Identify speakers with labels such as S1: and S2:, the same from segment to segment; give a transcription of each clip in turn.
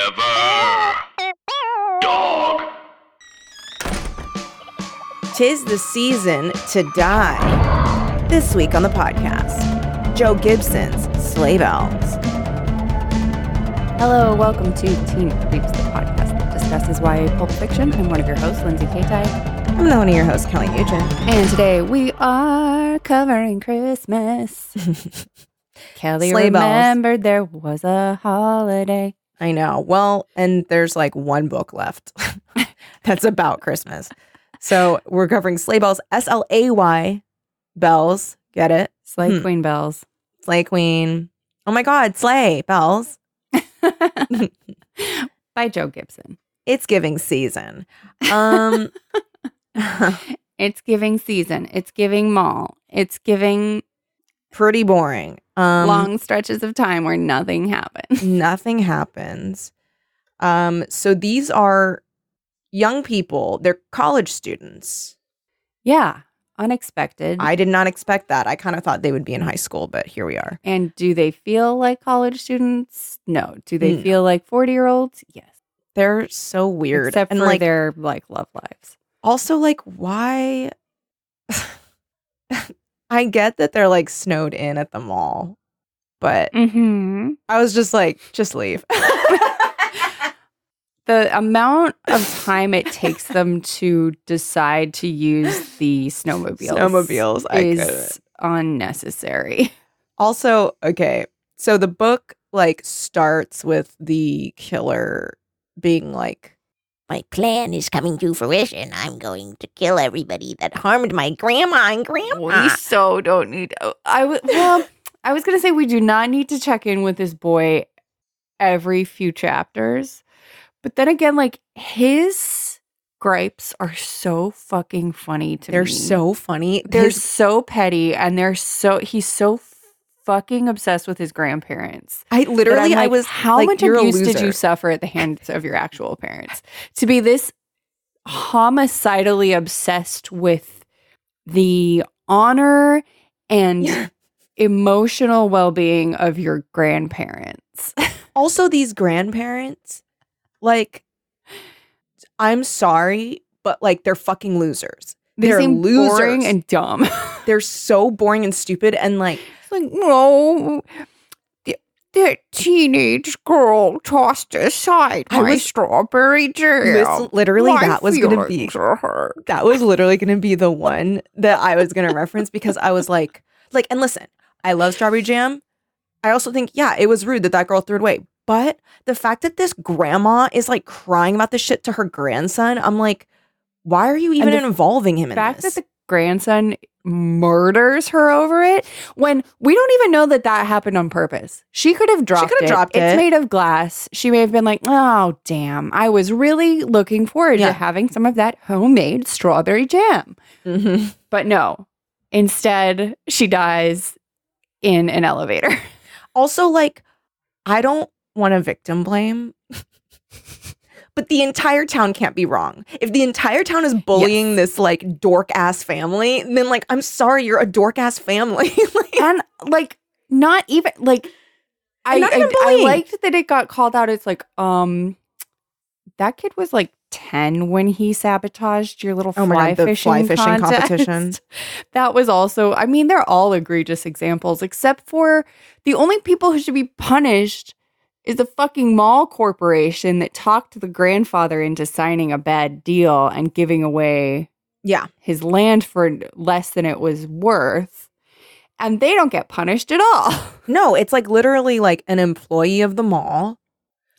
S1: Forever. Dog.
S2: Tis the season to die. This week on the podcast, Joe Gibson's Sleigh Bells.
S3: Hello, welcome to Teen Creeps, the podcast that discusses YA Pulp Fiction. I'm one of your hosts, Lindsay Kaitai.
S2: I'm the one of your hosts, Kelly Nugent.
S3: And today we are covering Christmas. Kelly
S2: Sleigh bells.
S3: remembered there was a holiday.
S2: I know. Well, and there's like one book left that's about Christmas. So we're covering Sleigh Bells, S L A Y Bells. Get it?
S3: Sleigh
S2: Hmm.
S3: Queen Bells.
S2: Sleigh Queen. Oh my God, Sleigh Bells.
S3: By Joe Gibson.
S2: It's giving season. Um,
S3: It's giving season. It's giving mall. It's giving
S2: pretty boring. Um,
S3: long stretches of time where nothing happened.
S2: nothing happens. Um, so these are young people, they're college students.
S3: Yeah, unexpected.
S2: I did not expect that. I kind of thought they would be in high school, but here we are.
S3: and do they feel like college students? No. Do they
S2: No.
S3: feel like 40 year olds? Yes.
S2: They're so weird.
S3: Except
S2: and
S3: for
S2: like
S3: their like love lives.
S2: also like why I get that they're like snowed in at the mall, but
S3: Mm-hmm.
S2: I was just like, just leave.
S3: The amount of time it takes them to decide to use the snowmobiles,
S2: Snowmobiles. I couldn't.
S3: is unnecessary.
S2: Also, okay, so the book like starts with the killer being like,
S4: My plan is coming to fruition. I'm going to kill everybody that harmed my grandma and grandpa.
S3: so don't need. oh, I was well. I was gonna say we do not need to check in with this boy every few chapters, but then again, like his gripes are so fucking funny to
S2: they're
S3: me.
S2: so funny.
S3: they're
S2: There's,
S3: so petty and they're so he's so fucking obsessed with his grandparents.
S2: I
S3: that I'm
S2: literally, I
S3: like,
S2: was
S3: how
S2: like,
S3: much
S2: you're a
S3: abuse did you
S2: loser.
S3: suffer at the hands of your actual parents to be this homicidally obsessed with the honor
S2: Yeah.
S3: and emotional well-being of your grandparents.
S2: also these grandparents, like, I'm sorry, but like they're fucking losers.
S3: They
S2: They're
S3: seem boring
S2: losers.
S3: and dumb.
S2: They're so boring and stupid, and like,
S3: It's like, no, th- that teenage girl tossed aside
S2: I
S3: my
S2: was-
S3: strawberry jam.
S2: this, literally,
S3: My
S2: that was gonna be
S3: feelings are hurt.
S2: that was literally going to be the one that I was going to reference because I was like, like, and listen, I love strawberry jam. I also think, yeah, it was rude that that girl threw it away. But the fact that this grandma is like crying about this shit to her grandson, I'm like, why are you even
S3: the
S2: involving him in
S3: fact
S2: this?
S3: that the grandson murders her over it when we don't even know that that happened on purpose. She could have dropped
S2: could have
S3: it.
S2: dropped
S3: it's
S2: it.
S3: made of glass. She may have been like, "Oh, damn. I was really looking forward
S2: Yeah.
S3: to having some of that homemade strawberry jam."
S2: Mhm.
S3: But no. Instead, she dies in an elevator.
S2: Also, like, I don't want to victim blame. But the entire town can't be wrong. If the entire town is bullying this like dork ass family, then like I'm sorry, you're a dork ass family. like,
S3: and like not even like I,
S2: not even
S3: I, I
S2: bullying.
S3: liked that it got called out. It's like um that kid was like ten when he sabotaged your little fly,
S2: Oh my God, the
S3: fishing,
S2: fly fishing
S3: contest.
S2: competition.
S3: that was also. I mean, they're all egregious examples, except for the only people who should be punished is the fucking mall corporation that talked the grandfather into signing a bad deal and giving away
S2: yeah.
S3: his land for less than it was worth, and they don't get punished at all.
S2: No, it's like literally like an employee of the mall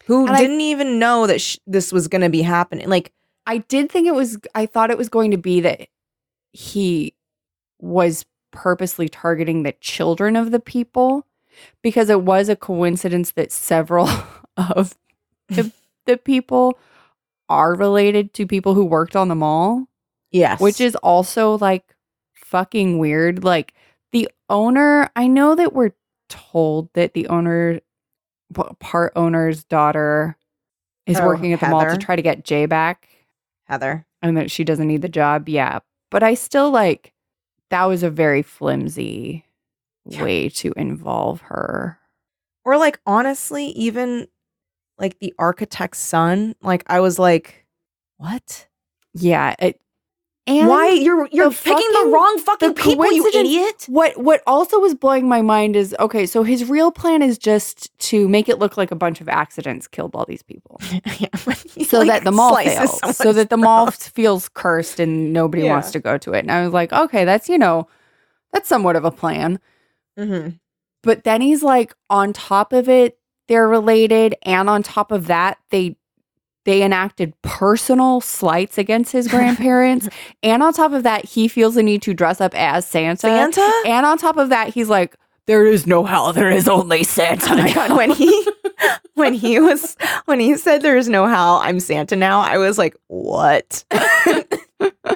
S2: who
S3: And I-
S2: didn't even know that sh- this was going to be happening. Like,
S3: I did think it was, I thought it was going to be that he was purposely targeting the children of the people because it was a coincidence that several of the, the people are related to people who worked on the mall.
S2: yes.
S3: which is also like fucking weird. Like the owner, I know that we're told that the owner, p- part owner's daughter, is
S2: Oh,
S3: working at the mall
S2: Heather?
S3: to try to get Jay back,
S2: Heather.
S3: and that she doesn't need the job. Yeah, but I still like that was a very flimsy way to involve her.
S2: Or like, honestly, even like the architect's son, like I was like, what?
S3: Yeah. It, and
S2: Why you're you're picking the
S3: fucking-
S2: wrong fucking
S3: the
S2: people, you
S3: coincidence-
S2: idiot?
S3: What what also was blowing my mind is okay, so his real plan is just to make it look like a bunch of accidents killed all these people.
S2: yeah.
S3: So that the mall fails. So that the mall f- feels cursed and nobody
S2: Yeah.
S3: wants to go to it. And I was like, okay, that's you know, that's somewhat of a plan.
S2: hmm
S3: But then he's like, on top of it, they're related, and on top of that, they they enacted personal slights against his grandparents, and on top of that, he feels the need to dress up as Santa.
S2: Santa?
S3: And on top of that, he's like, there is no hell, there is only Santa.
S2: Oh my god, when he when he was when he said there's no hell, I'm Santa now, I was like, what?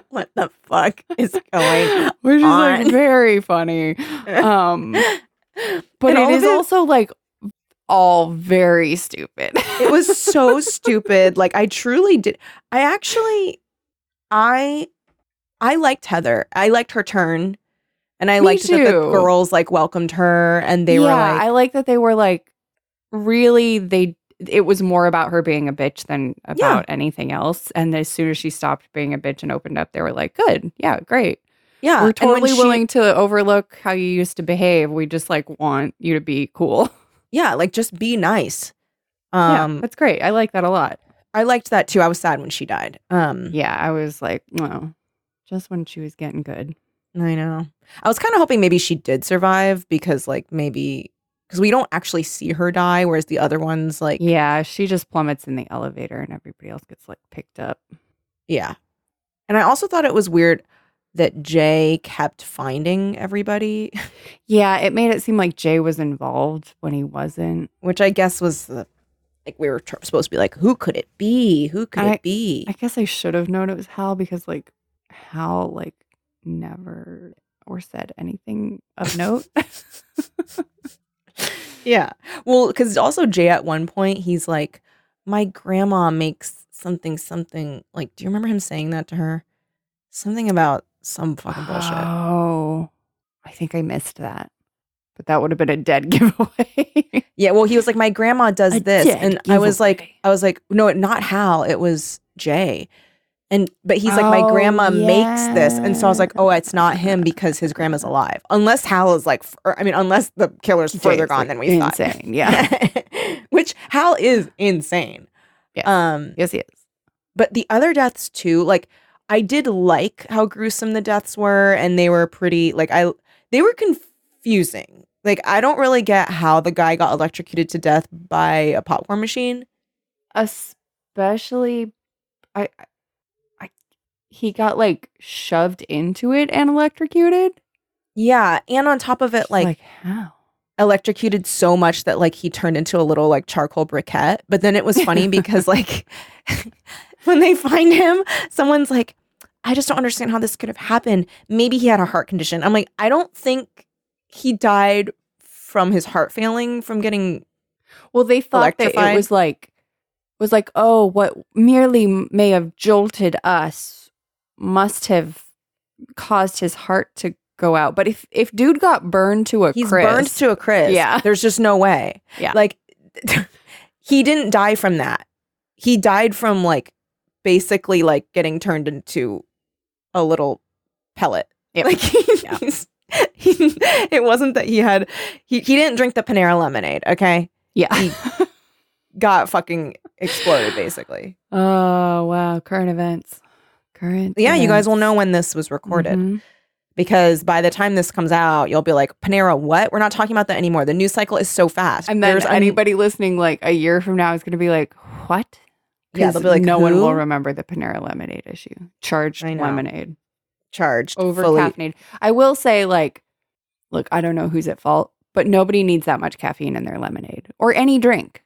S2: what the fuck is going?
S3: Which is like
S2: on.
S3: very funny. Um, but
S2: And all
S3: it
S2: of
S3: is
S2: it-
S3: also like all very stupid.
S2: It was so stupid. Like I truly did I actually I I liked Heather. I liked her turn. And I
S3: Me
S2: liked that the
S3: too.
S2: girls like welcomed her and they
S3: yeah,
S2: were like
S3: I like that they were like really they it was more about her being a bitch than about anything else. And as soon as she stopped being a bitch and opened up, they were like, Good, yeah, great.
S2: Yeah. and
S3: we're
S2: when
S3: totally
S2: she-
S3: willing to overlook how you used to behave. We just like want you to be cool.
S2: Yeah, like just be nice.
S3: yeah,
S2: Um
S3: that's great. I like that a lot.
S2: I liked that too. I was sad when she died. Um
S3: Yeah, I was like, no, just when she was getting good.
S2: I know. I was kind of hoping maybe she did survive because, like, maybe because we don't actually see her die, whereas the other ones, like, yeah,
S3: yeah, she just plummets in the elevator and everybody else gets like picked up.
S2: And I also thought it was weird that Jay kept finding everybody,
S3: Yeah, it made it seem like Jay was involved when he wasn't.
S2: which I guess was the like we were tr- supposed to be like, who could it be? Who could
S3: I-
S2: it be?
S3: I guess I should have known it was Hal because like Hal like never or said anything of note.
S2: yeah. Well, because also Jay at one point he's like, my grandma makes something something. Like, do you remember him saying that to her? Something about some fucking bullshit.
S3: Oh, I think I missed that. But that would have been a dead giveaway.
S2: Yeah, well, he was like, my grandma does
S3: A
S2: this,
S3: dead
S2: and I was like,
S3: giveaway.
S2: I was like, no, not Hal, it was Jay, and but he's like, my
S3: Oh,
S2: grandma makes this, and so I was like, oh, it's not him
S3: yeah.
S2: because his grandma's alive, unless Hal is like, f- or, I mean, unless the killer's
S3: Jay
S2: further
S3: is,
S2: gone
S3: like,
S2: than we thought,
S3: Insane. Yeah.
S2: which Hal is insane.
S3: Yes.
S2: Um,
S3: yes, he is.
S2: but the other deaths too like i did like how gruesome the deaths were and they were pretty like i they were confusing like i don't really get how the guy got electrocuted to death by a popcorn machine
S3: especially I, I- I he got like shoved into it and electrocuted
S2: yeah and on top of it like,
S3: how
S2: electrocuted so much that like he turned into a little like charcoal briquette but then it was funny because like when they find him someone's like i just don't understand how this could have happened maybe he had a heart condition i'm like i don't think he died from his heart failing from getting
S3: well they thought that it
S2: Electrified?
S3: was like was like oh what merely may have jolted us must have caused his heart to go out but if if dude got burned to a
S2: he's
S3: crisp,
S2: burned to a crisp
S3: Yeah.
S2: there's just no way
S3: Yeah.
S2: like he didn't die from that he died from like basically like getting turned into a little pellet
S3: Yep.
S2: Like
S3: Yeah.
S2: he's, he, it wasn't that he had he, he didn't drink the Panera lemonade, okay?
S3: yeah
S2: Got fucking exploded basically.
S3: oh wow current events current
S2: Yeah, you guys will
S3: events.
S2: know when this was recorded
S3: Mhm.
S2: because by the time this comes out, you'll be like, Panera, what? We're not talking about that anymore. The news cycle is so fast.
S3: And then
S2: There's a-
S3: anybody listening like a year from now is going to be like, what?
S2: Yeah,
S3: 'Cause
S2: they'll be like,
S3: no one
S2: "Who?"
S3: will remember the Panera lemonade issue. Charged
S2: I know.
S3: lemonade
S2: charged
S3: over
S2: fully.
S3: caffeinated. I will say, like, look, I don't know who's at fault, but nobody needs that much caffeine in their lemonade or any drink.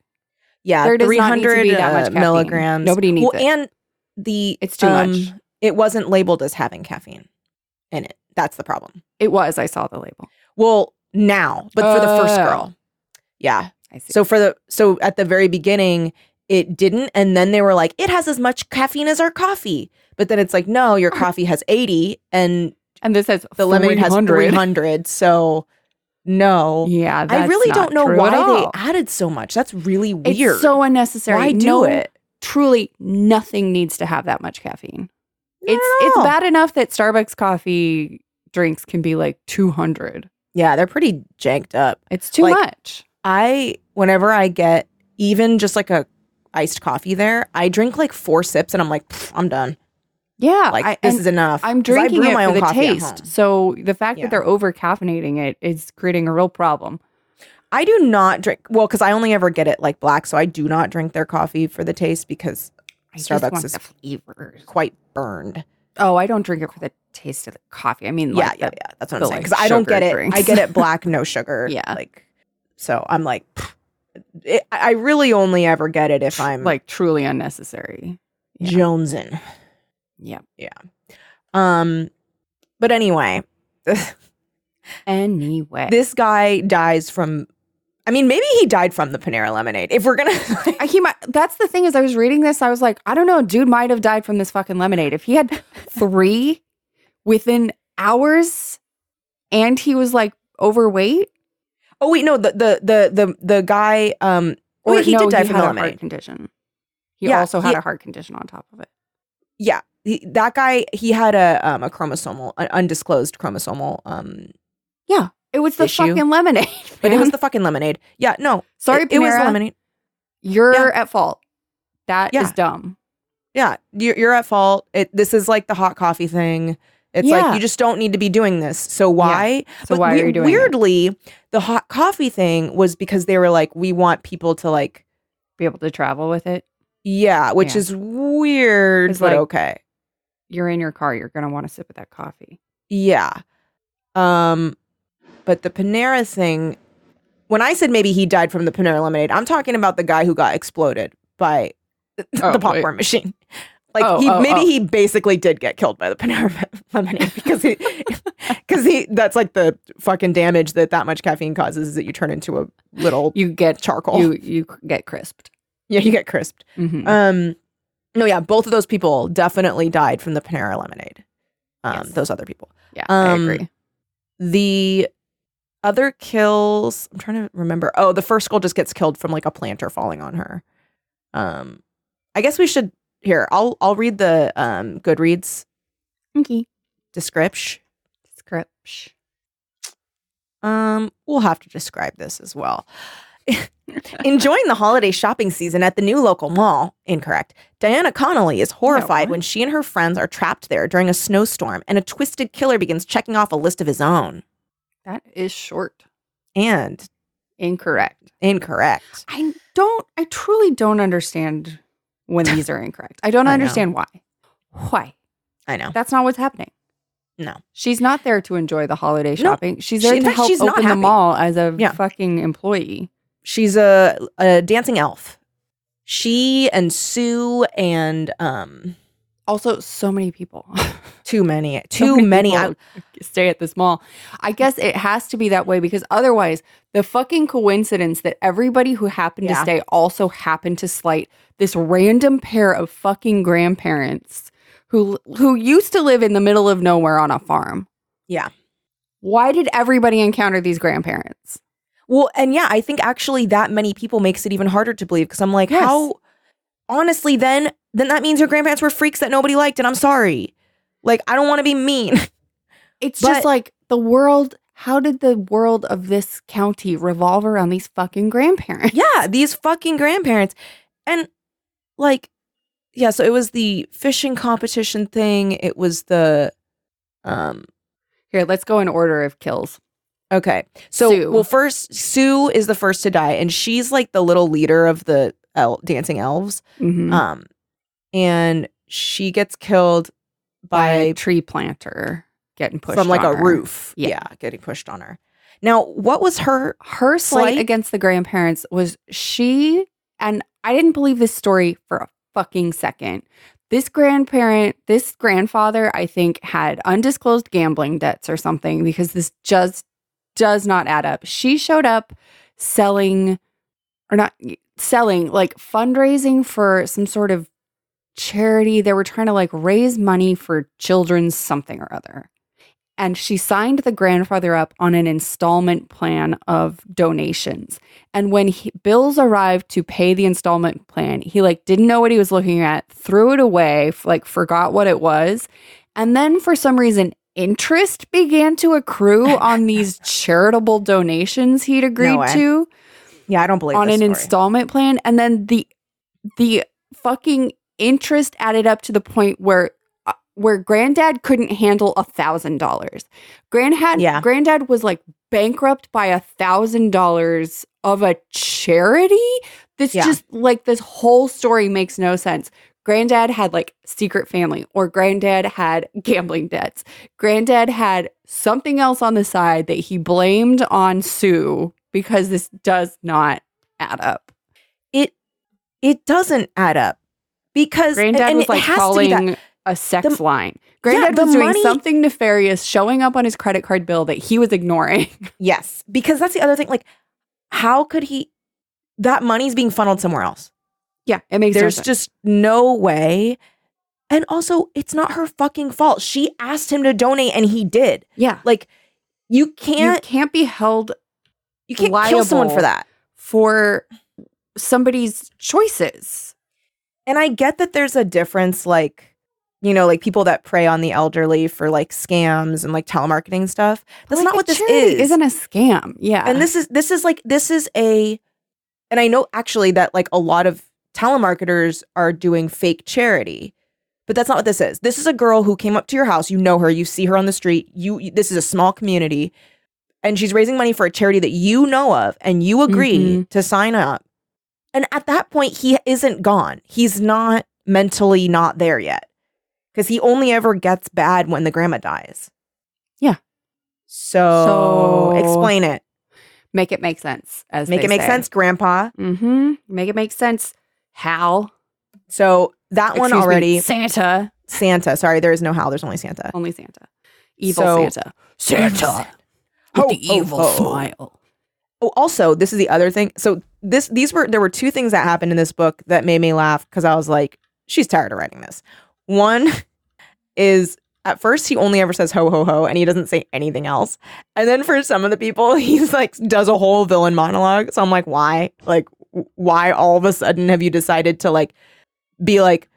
S2: Yeah,
S3: There does
S2: three
S3: not need to
S2: hundred uh,
S3: be that much caffeine.
S2: milligrams.
S3: Nobody needs
S2: well,
S3: it.
S2: and the um,
S3: It's too much.
S2: It wasn't labeled as having caffeine in it. That's the problem.
S3: It was. I saw the label.
S2: Well, now, but for the first
S3: Oh.
S2: girl. Yeah.
S3: I see.
S2: So for the so at the very beginning it didn't and then they were like it has as much caffeine as our coffee. But then it's like no, your coffee has 80 and
S3: and this says
S2: the lemonade has
S3: 300.
S2: 300. So no.
S3: Yeah,
S2: I
S3: that's
S2: really
S3: not
S2: don't know
S3: true at
S2: why they
S3: all.
S2: added so much. That's really weird.
S3: It's so unnecessary.
S2: why do
S3: No-
S2: it?
S3: Truly, nothing needs to have that much caffeine.
S2: Not
S3: it's
S2: at
S3: it's
S2: all.
S3: bad enough that Starbucks coffee drinks can be like 200.
S2: Yeah, they're pretty janked up.
S3: It's too
S2: Like-
S3: much.
S2: I whenever I get even just like a iced coffee there, I drink like four sips and I'm like, "Pff, I'm done.
S3: Yeah,
S2: Like
S3: I-
S2: this
S3: and
S2: is enough.
S3: I'm
S2: 'Cause I
S3: drinking
S2: brew
S3: it for the
S2: coffee at
S3: taste.
S2: home.
S3: So the fact
S2: Yeah.
S3: that they're over caffeinating it is creating a real problem.
S2: I do not drink well because I only ever get it like black, so I do not drink their coffee for the taste because
S3: I just
S2: Starbucks
S3: want
S2: is
S3: the flavors.
S2: quite burned.
S3: Oh, I don't drink it for the taste of the coffee. I mean,
S2: yeah,
S3: like
S2: yeah,
S3: the-
S2: yeah. That's what I'm
S3: the,
S2: saying
S3: like,
S2: because I don't
S3: sugar
S2: get it. I
S3: drinks.
S2: get it black, no sugar.
S3: Yeah.
S2: like so I'm like, "Pff." it, I I really only ever get it if I'm
S3: like truly unnecessary. yeah.
S2: jonesing.
S3: Yeah.
S2: Um, but anyway,
S3: Anyway,
S2: this guy dies from. I mean, maybe he died from the Panera lemonade. If we're gonna,
S3: I- he might. That's the thing is, I was reading this. I was like, I don't know, dude might have died from this fucking lemonade. If he had three within hours, and he was like overweight,
S2: oh wait, no, the the the the the guy. Um, oh, wait, he
S3: no,
S2: did die from
S3: had
S2: the
S3: a heart
S2: lemonade.
S3: condition. He
S2: Yeah,
S3: also had
S2: he-
S3: a heart condition on top of it.
S2: Yeah, he, that guy. He had a um a chromosomal, an undisclosed chromosomal. Um,
S3: It was the
S2: Issue.
S3: fucking lemonade.
S2: but it was
S3: man.
S2: the fucking lemonade. Yeah, no,
S3: sorry,
S2: it,
S3: Panera.
S2: it was the lemonade.
S3: You're
S2: Yeah.
S3: at fault. That is
S2: Yeah.
S3: dumb.
S2: Yeah, you're, you're at fault. It, this is like the hot coffee thing. It's
S3: Yeah.
S2: like you just don't need to be doing this. So why?
S3: So why
S2: we-
S3: are you doing it?
S2: Weirdly, the hot coffee thing was because they were like, we want people to like,
S3: Be able to travel with it.
S2: yeah, which
S3: Yeah.
S2: is weird,
S3: It's
S2: but
S3: like-
S2: okay,
S3: You're in your car. You're gonna want to sip of that coffee.
S2: yeah. Um, but the Panera thing, when I said maybe he died from the Panera lemonade, I'm talking about the guy who got exploded by the,
S3: Oh,
S2: the popcorn machine. Like
S3: Oh,
S2: he
S3: oh,
S2: maybe
S3: oh.
S2: he basically did get killed by the Panera lemonade because he because he that's like the fucking damage that that much caffeine causes is that you turn into a little
S3: You get
S2: charcoal.
S3: you you get crisped.
S2: Yeah, you get crisped.
S3: Mhm.
S2: Um, no, yeah, both of those people definitely died from the Panera lemonade. Um,
S3: Yes.
S2: those other people.
S3: yeah,
S2: um,
S3: I agree.
S2: The other kills. I'm trying to remember. Oh, the first girl just gets killed from like a planter falling on her. Um, I guess we should here. I'll I'll read the um Goodreads
S3: Okay.
S2: description.
S3: Description.
S2: Um, we'll have to describe this as well. Enjoying the holiday shopping season at the new local mall. Incorrect. Diana Connolly is horrified
S3: what?
S2: when she and her friends are trapped there during a snowstorm and a twisted killer begins checking off a list of his own.
S3: That is short.
S2: And
S3: Incorrect.
S2: incorrect.
S3: I don't. I truly don't understand when these are incorrect. I don't
S2: I know.
S3: understand why. Why?
S2: I know.
S3: That's not what's happening.
S2: No.
S3: She's not there to enjoy the holiday
S2: No.
S3: shopping. she's there
S2: She- in
S3: to
S2: fact,
S3: help
S2: she's not
S3: open the
S2: happy.
S3: mall as a
S2: Yeah.
S3: fucking employee.
S2: She's a, a dancing elf. She and Sue and um
S3: Also, so many people.
S2: too many
S3: So
S2: too many.
S3: people stay at this mall. I guess it has to be that way because otherwise, the fucking coincidence that everybody who happened to
S2: Yeah.
S3: stay also happened to slight this random pair of fucking grandparents who who used to live in the middle of nowhere on a farm.
S2: Yeah.
S3: Why did everybody encounter these grandparents?
S2: Well, and yeah, I think actually that many people makes it even harder to believe because I'm like,
S3: Yes.
S2: how honestly then then that means your grandparents were freaks that nobody liked and I'm sorry. Like I don't want to be mean.
S3: It's
S2: But-
S3: just like the world. How did the world of this county revolve around these fucking grandparents?
S2: yeah, these fucking grandparents. And like yeah, so it was the fishing competition thing, it was the um
S3: Here, let's go in order of kills.
S2: Okay. So,
S3: Sue.
S2: well, first, Sue is the first to die, and she's like the little leader of the el- dancing elves.
S3: Mhm.
S2: Um, and she gets killed
S3: by
S2: by
S3: a tree planter getting pushed
S2: from like
S3: on
S2: a
S3: her.
S2: roof.
S3: Yeah.
S2: getting pushed on her. Now, what was her?
S3: Her slight
S2: Slight?
S3: against the grandparents was she, and I didn't believe this story for a fucking second. This grandparent, this grandfather, I think had undisclosed gambling debts or something because this just does not add up. She showed up selling or not selling, like fundraising for some sort of charity. They were trying to like raise money for children's something or other. and she signed the grandfather up on an installment plan of donations. And when he, bills arrived to pay the installment plan, he like didn't know what he was looking at, threw it away, f- like forgot what it was. And then for some reason, interest began to accrue on these charitable donations he'd agreed
S2: way.
S3: to
S2: Yeah, I don't believe
S3: on
S2: this
S3: an
S2: story.
S3: installment plan and then the the fucking interest added up to the point where uh, where granddad couldn't handle a thousand dollars granddad
S2: Yeah.
S3: granddad was like bankrupt by a thousand dollars of a charity this
S2: Yeah.
S3: just like this whole story makes no sense granddad had like secret family or granddad had gambling debts granddad had something else on the side that he blamed on sue because this does not add up
S2: It it doesn't add up because and-
S3: granddad
S2: and
S3: was
S2: it
S3: like
S2: has to be that-
S3: calling a sex
S2: The-
S3: line granddad
S2: the
S3: was doing
S2: money-
S3: something nefarious showing up on his credit card bill that he was ignoring
S2: Yes, because that's the other thing. Like, how could he? That money's being funneled somewhere else.
S3: yeah it makes
S2: There's
S3: no sense.
S2: just no way. And also, it's not her fucking fault. She asked him to donate, and he did.
S3: yeah
S2: Like, you
S3: you
S2: can't
S3: can't be held
S2: you can't kill someone for
S3: liable.
S2: that.
S3: for somebody's choices
S2: And I get that there's a difference, like, you know, like people that prey on the elderly for like scams and like telemarketing stuff. That's
S3: Like,
S2: not
S3: a
S2: what this
S3: charity
S2: is.
S3: isn't a scam yeah
S2: and this is this is like this is a and i know actually that like a lot of telemarketers are doing fake charity but that's not what this is this is a girl who came up to your house you know her you see her on the street you, you- this is a small community and she's raising money for a charity that you know of and you agree
S3: Mm-hmm.
S2: to sign up and at that point he isn't gone he's not mentally not there yet because he only ever gets bad when the grandma dies
S3: Yeah.
S2: so,
S3: So-
S2: explain it
S3: make it make sense as
S2: make
S3: they
S2: it make
S3: say.
S2: sense, Grandpa.
S3: Mm-hmm. Make it make sense. Hal.
S2: So that one
S3: Excuse me,
S2: already,
S3: Santa.
S2: Santa. Sorry, there is no Hal. There's only Santa.
S3: Only Santa. Evil
S2: So-
S3: Santa.
S2: Ho,
S3: With the
S2: ho,
S3: evil
S2: ho.
S3: smile.
S2: Oh, also, this is the other thing. So this, these were there were two things that happened in this book that made me laugh because I was like, she's tired of writing this. One is at first he only ever says ho ho ho and he doesn't say anything else. And then for some of the people, he's like does a whole villain monologue. So I'm like, why? Like, w- why all of a sudden have you decided to like be like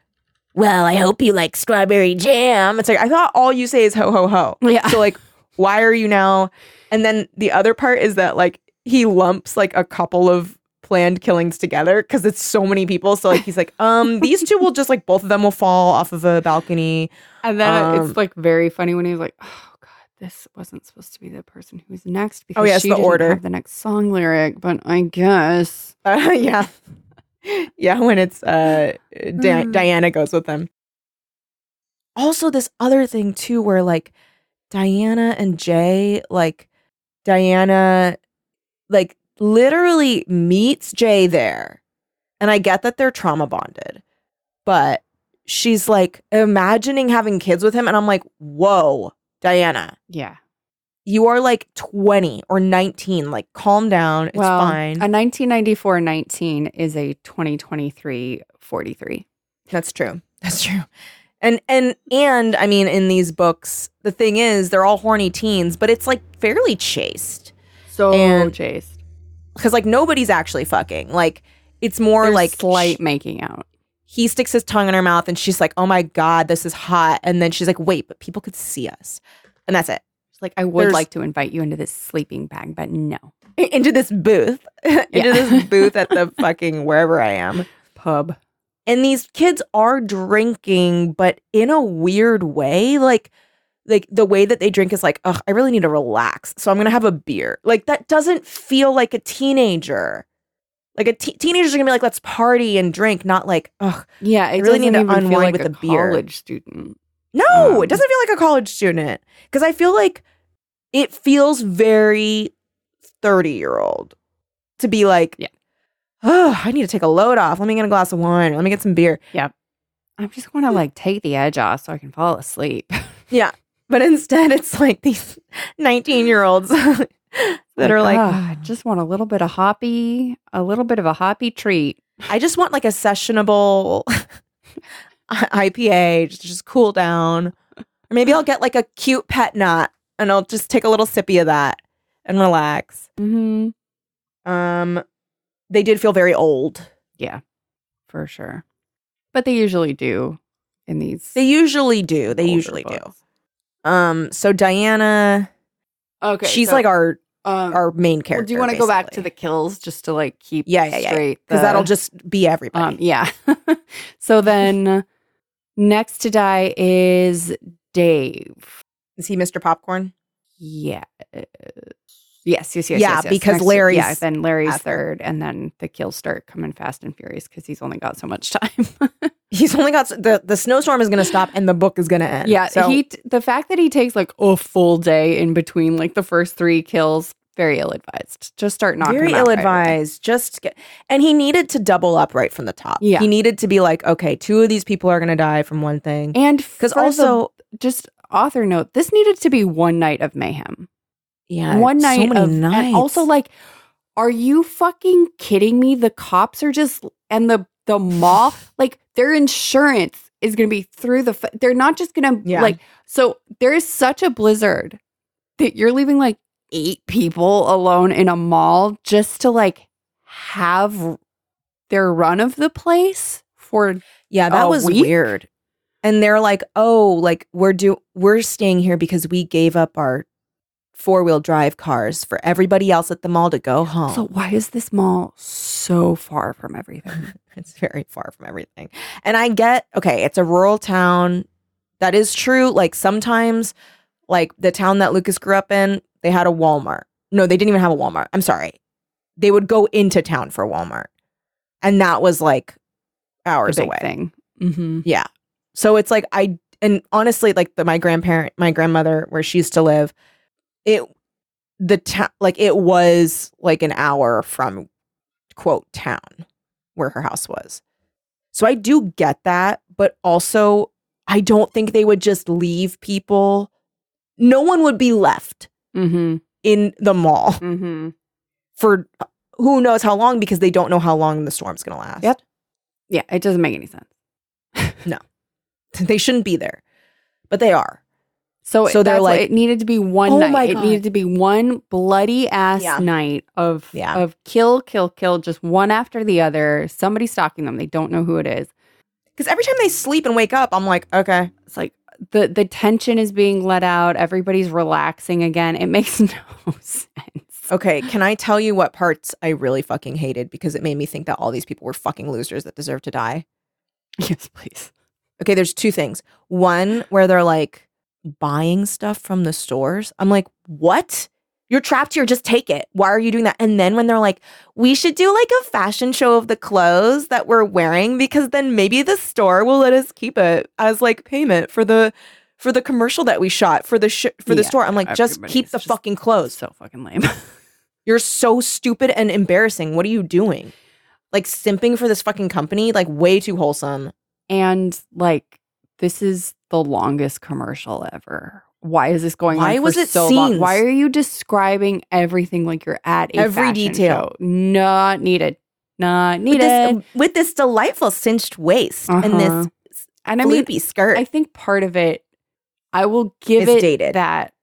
S4: Well, I hope you like strawberry jam.
S2: It's like I thought all you say is ho ho ho.
S3: Yeah.
S2: So like, why are you now? And then the other part is that like he lumps like a couple of planned killings together because it's so many people. So like he's like, um, these two will just like both of them will fall off of a balcony.
S3: And then
S2: Um,
S3: it's like very funny when he was like, oh God, this wasn't supposed to be the person who's next because
S2: Oh, yeah, it's
S3: she
S2: the
S3: didn't
S2: order.
S3: have the next song lyric, but I guess.
S2: Uh, yeah, yeah. When it's uh, Di-
S3: Hmm.
S2: Diana goes with them. Also, this other thing too, where like Diana and Jay, like Diana, like literally meets Jay there, and I get that they're trauma bonded, but she's like imagining having kids with him, and I'm like, whoa, Diana.
S3: Yeah.
S2: You are like 20 or 19. Like, calm down. It's
S3: well,
S2: fine.
S3: A 1994 19 is a 2023 43.
S2: That's true. That's true. And and and I mean in these books, the thing is they're all horny teens, but it's like fairly chaste.
S3: So
S2: And-
S3: chased.
S2: Cuz like nobody's actually fucking. Like it's more
S3: There's
S2: like
S3: slight
S2: sh-
S3: making out.
S2: he sticks his tongue in her mouth and she's like, "Oh my god, this is hot." And then she's like, "Wait, but people could see us." And that's it.
S3: She's like, I would
S2: There's-
S3: like to invite you into this sleeping bag, but no.
S2: Into this booth. Into
S3: Yeah.
S2: this booth at the fucking wherever I am.
S3: Pub.
S2: and these kids are drinking but in a weird way like like the way that they drink is like ugh i really need to relax so i'm gonna have a beer like that doesn't feel like a teenager like a te- teenager's gonna be like let's party and drink not like ugh
S3: Yeah, it
S2: really need
S3: doesn't
S2: to
S3: even feel
S2: unwind
S3: like
S2: with
S3: a,
S2: a beer.
S3: college student.
S2: no
S3: Um.
S2: it doesn't feel like a college student because i feel like it feels very 30 year old to be like
S3: Yeah.
S2: oh i need to take a load off let me get a glass of wine let me get some beer
S3: I'm just going to like take the edge off so I can fall asleep.
S2: But instead, it's like these 19 year olds that are like,
S3: "Ah, I just want a little bit of hoppy, a little bit of a hoppy treat.
S2: I just want like a sessionable IPA, just, just cool down. Or maybe I'll get like a cute pet knot. and I'll just take a little sippy of that and relax.
S3: Mm-hmm.
S2: Um, they did feel very old.
S3: For sure. But they usually do in these.
S2: They usually do. They
S3: older
S2: usually
S3: books.
S2: do. Um, so Diana,
S3: Okay.
S2: she's
S3: so,
S2: like our
S3: um,
S2: our main
S3: well,
S2: character.
S3: do you want to go back to
S2: basically.
S3: the kills just to like keep
S2: Yeah, yeah, yeah, yeah.
S3: straight?
S2: because
S3: the-
S2: that'll just be everybody.
S3: Um, yeah. so then next to die is Dave.
S2: Is he Mr. Popcorn?
S3: Yeah. Yes, yes, yes.
S2: Yeah,
S3: yes, yes.
S2: because
S3: Next to-
S2: Larry's
S3: Yeah, then Larry's
S2: after.
S3: third, and then the kills start coming fast and furious because he's only got so much time.
S2: He's only got s- the the snowstorm is going to stop and the book is going to end.
S3: yeah,
S2: so
S3: he. t- The fact that he takes like a full day in between like the first three kills, very ill advised. Just start knocking.
S2: very
S3: them out
S2: ill
S3: right away.
S2: advised. just get, and he needed to double up right from the top.
S3: Yeah.
S2: he needed to be like, okay, two of these people are going to die from one thing.
S3: and
S2: Because
S3: because also
S2: also,
S3: just author note, this needed to be one night of mayhem.
S2: yeah,
S3: one
S2: so
S3: night
S2: many
S3: of, and also
S2: nights.
S3: like are you fucking kidding me the cops are just and the the mall like their insurance is gonna be through the fu- they're not just gonna
S2: Yeah.
S3: like so there is such a blizzard that you're leaving like eight people alone in a mall just to like have their run of the place for
S2: Yeah, that
S3: a
S2: was
S3: week?
S2: weird. And they're like, "Oh, like we're do we're staying here because we gave up our four-wheel drive cars for everybody else at the mall to go home."
S3: so why is this mall so far from everything
S2: it's very far from everything. And I get, okay, it's a rural town. That is true. Like sometimes like the town that Lucas grew up in, they had a Walmart. No, they didn't even have a Walmart. I'm sorry. They would go into town for Walmart. And that was like
S3: the
S2: hours
S3: big
S2: away.
S3: thing mm-hmm.
S2: So it's like I and honestly, like the, my grandparent, my grandmother, where she used to live, it the town like it was like an hour from quote town where her house was. So I do get that, but also I don't think they would just leave people. No one would be left
S3: mm-hmm
S2: in the mall
S3: mm-hmm
S2: for who knows how long because they don't know how long the storm's going to last.
S3: Yep. yeah it doesn't make any sense
S2: They shouldn't be there. But they are.
S3: So,
S2: So they're
S3: they're like,
S2: like,
S3: it needed to be one
S2: "Oh
S3: night.
S2: my
S3: it
S2: God."
S3: needed to be one bloody ass
S2: Yeah.
S3: night of
S2: Yeah.
S3: of kill, kill, kill, just one after the other. Somebody stalking them. They don't know who it is.
S2: Because every time they sleep and wake up, I'm like, okay,
S3: It's like the the tension is being let out. Everybody's relaxing again. It makes no sense.
S2: okay, can I tell you what parts I really fucking hated because it made me think that all these people were fucking losers that deserve to die?
S3: Yes, please.
S2: Okay, there's two things. One where they're like buying stuff from the stores. I'm like, what? You're trapped here, just take it. Why are you doing that? And then when they're like, we should do like a fashion show of the clothes that we're wearing because then maybe the store will let us keep it as like payment for the for the commercial that we shot for the sh- for the
S3: Yeah,
S2: store. I'm like, just
S3: everybody's
S2: keep the
S3: just-
S2: fucking
S3: Oh,
S2: clothes.
S3: so fucking lame.
S2: You're so stupid and embarrassing. What are you doing? Like simping for this fucking company? Like way too wholesome.
S3: and like this is the longest commercial ever. Why is this going
S2: Why
S3: on? for
S2: was it
S3: so long?
S2: scenes?
S3: Why are you describing everything like you're at a
S2: Every
S3: fashion
S2: detail.
S3: show? Not needed. Not
S2: With
S3: needed.
S2: this, with this delightful cinched waist and
S3: Uh-huh.
S2: this
S3: and I
S2: floopy
S3: mean,
S2: skirt.
S3: I think part of it, I will give
S2: It's
S3: it
S2: dated.
S3: that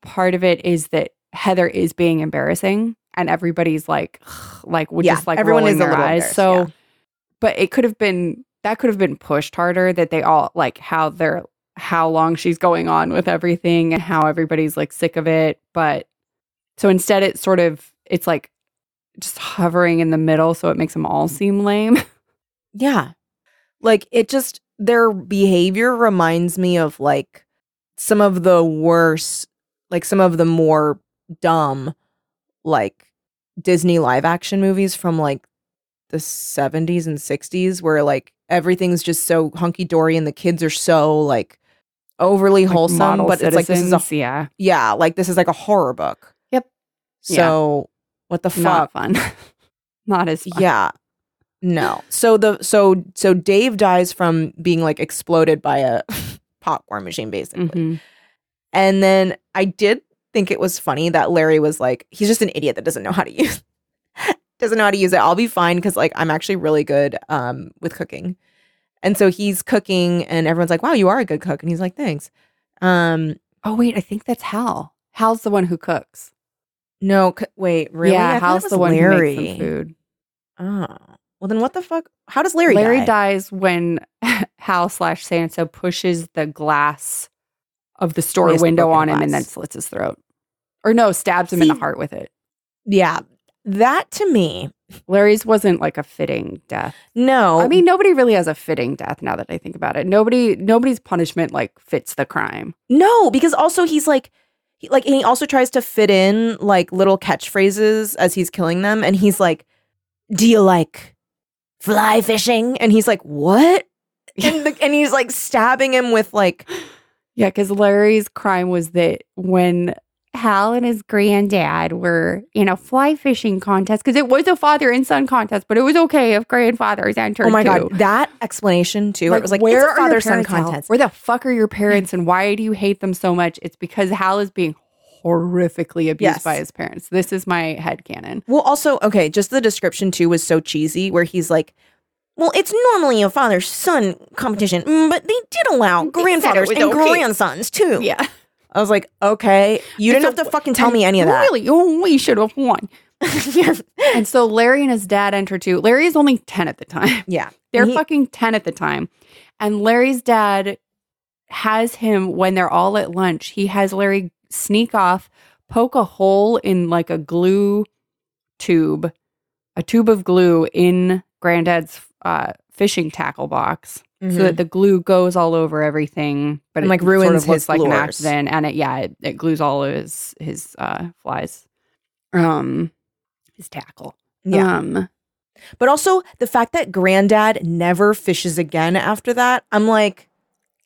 S3: part of it is that Heather is being embarrassing, and everybody's like, like, would
S2: Yeah,
S3: just like
S2: everyone
S3: rolling
S2: is a
S3: their
S2: little
S3: eyes.
S2: embarrassed,
S3: So,
S2: yeah.
S3: but it could have been that could have been pushed harder. That they all like how they're how long she's going on with everything and how everybody's like sick of it. But so instead, it's sort of it's like just hovering in the middle, so it makes them all seem lame.
S2: yeah. Like it just, their behavior reminds me of like some of the worse, like some of the more dumb, like Disney live action movies from like the 70s and 60s where like everything's just so hunky dory and the kids are so like overly
S3: Like,
S2: wholesome
S3: model
S2: but it's like this is a
S3: citizens, yeah,
S2: yeah like this is like a horror book
S3: Yep.
S2: so what the fuck
S3: not fun. not as fun.
S2: yeah no so the so so dave dies from being like exploded by a popcorn machine basically
S3: Mhm.
S2: and then i did think it was funny that larry was like he's just an idiot that doesn't know how to use doesn't know how to use it i'll be fine because like i'm actually really good um with cooking and so he's cooking and everyone's like wow you are a good cook and he's like thanks um
S3: Oh wait, I think that's Hal. Hal's the one who cooks.
S2: No, c- wait, really? I
S3: Yeah,
S2: thought it
S3: Hal's
S2: was
S3: the one
S2: Larry.
S3: who makes them food.
S2: Oh, well then, what the fuck? How does Larry? die?
S3: dies when Hal slash Sansa pushes the glass of the store
S2: Yes, the
S3: window
S2: broken
S3: on him and then
S2: glass.
S3: slits his throat. Or no, stabs him in the
S2: See-
S3: heart with it.
S2: Yeah, that to me,
S3: Larry's wasn't like a fitting death.
S2: no.
S3: I mean, nobody really has a fitting death now that I think about it. Nobody nobody's punishment like fits the crime.
S2: No, because also he's like, he, like, and he also tries to fit in like little catchphrases as he's killing them, and he's like, "Do you like fly fishing?" And he's like, "What?" and, the, and he's like stabbing him with like,
S3: Yeah, because Larry's crime was that when Hal and his granddad were in a fly fishing contest, because it was a father and son contest, but it was okay if grandfathers entered.
S2: "Oh my
S3: too.
S2: god!" That explanation too. it was like,
S3: where
S2: "Where it's a
S3: are your
S2: father son
S3: parents, Hal?
S2: contest?"
S3: Where the fuck are your parents, and why do you hate them so much? It's because Hal is being horrifically abused
S2: Yes.
S3: by his parents. This is my headcanon.
S2: Well, also, okay, just the description too was so cheesy where he's like, well, it's normally a father son competition, mm, but they did allow
S4: said it
S2: grandfathers
S4: was
S2: and
S4: okay."
S2: grandsons too.
S3: Yeah,
S2: I was like, okay, you
S3: And
S2: didn't
S3: so-
S2: have to fucking tell me any of that.
S3: really, oh, we should have won. And so Larry and his dad enter too. Larry is only ten at the time.
S2: yeah.
S3: They're
S2: And he-
S3: fucking 10 at the time. And Larry's dad has him when they're all at lunch. He has Larry sneak off, poke a hole in like a glue tube, a tube of glue in granddad's uh, fishing tackle box so
S2: Mm-hmm.
S3: that the glue goes all over everything. But
S2: And,
S3: it
S2: like,
S3: sort of
S2: ruins his
S3: looks like an
S2: lures.
S3: accident. And it, yeah, it, it glues all of his, his uh, flies, um, his tackle.
S2: yeah.
S3: Um,
S2: But also the fact that granddad never fishes again after that, I'm like,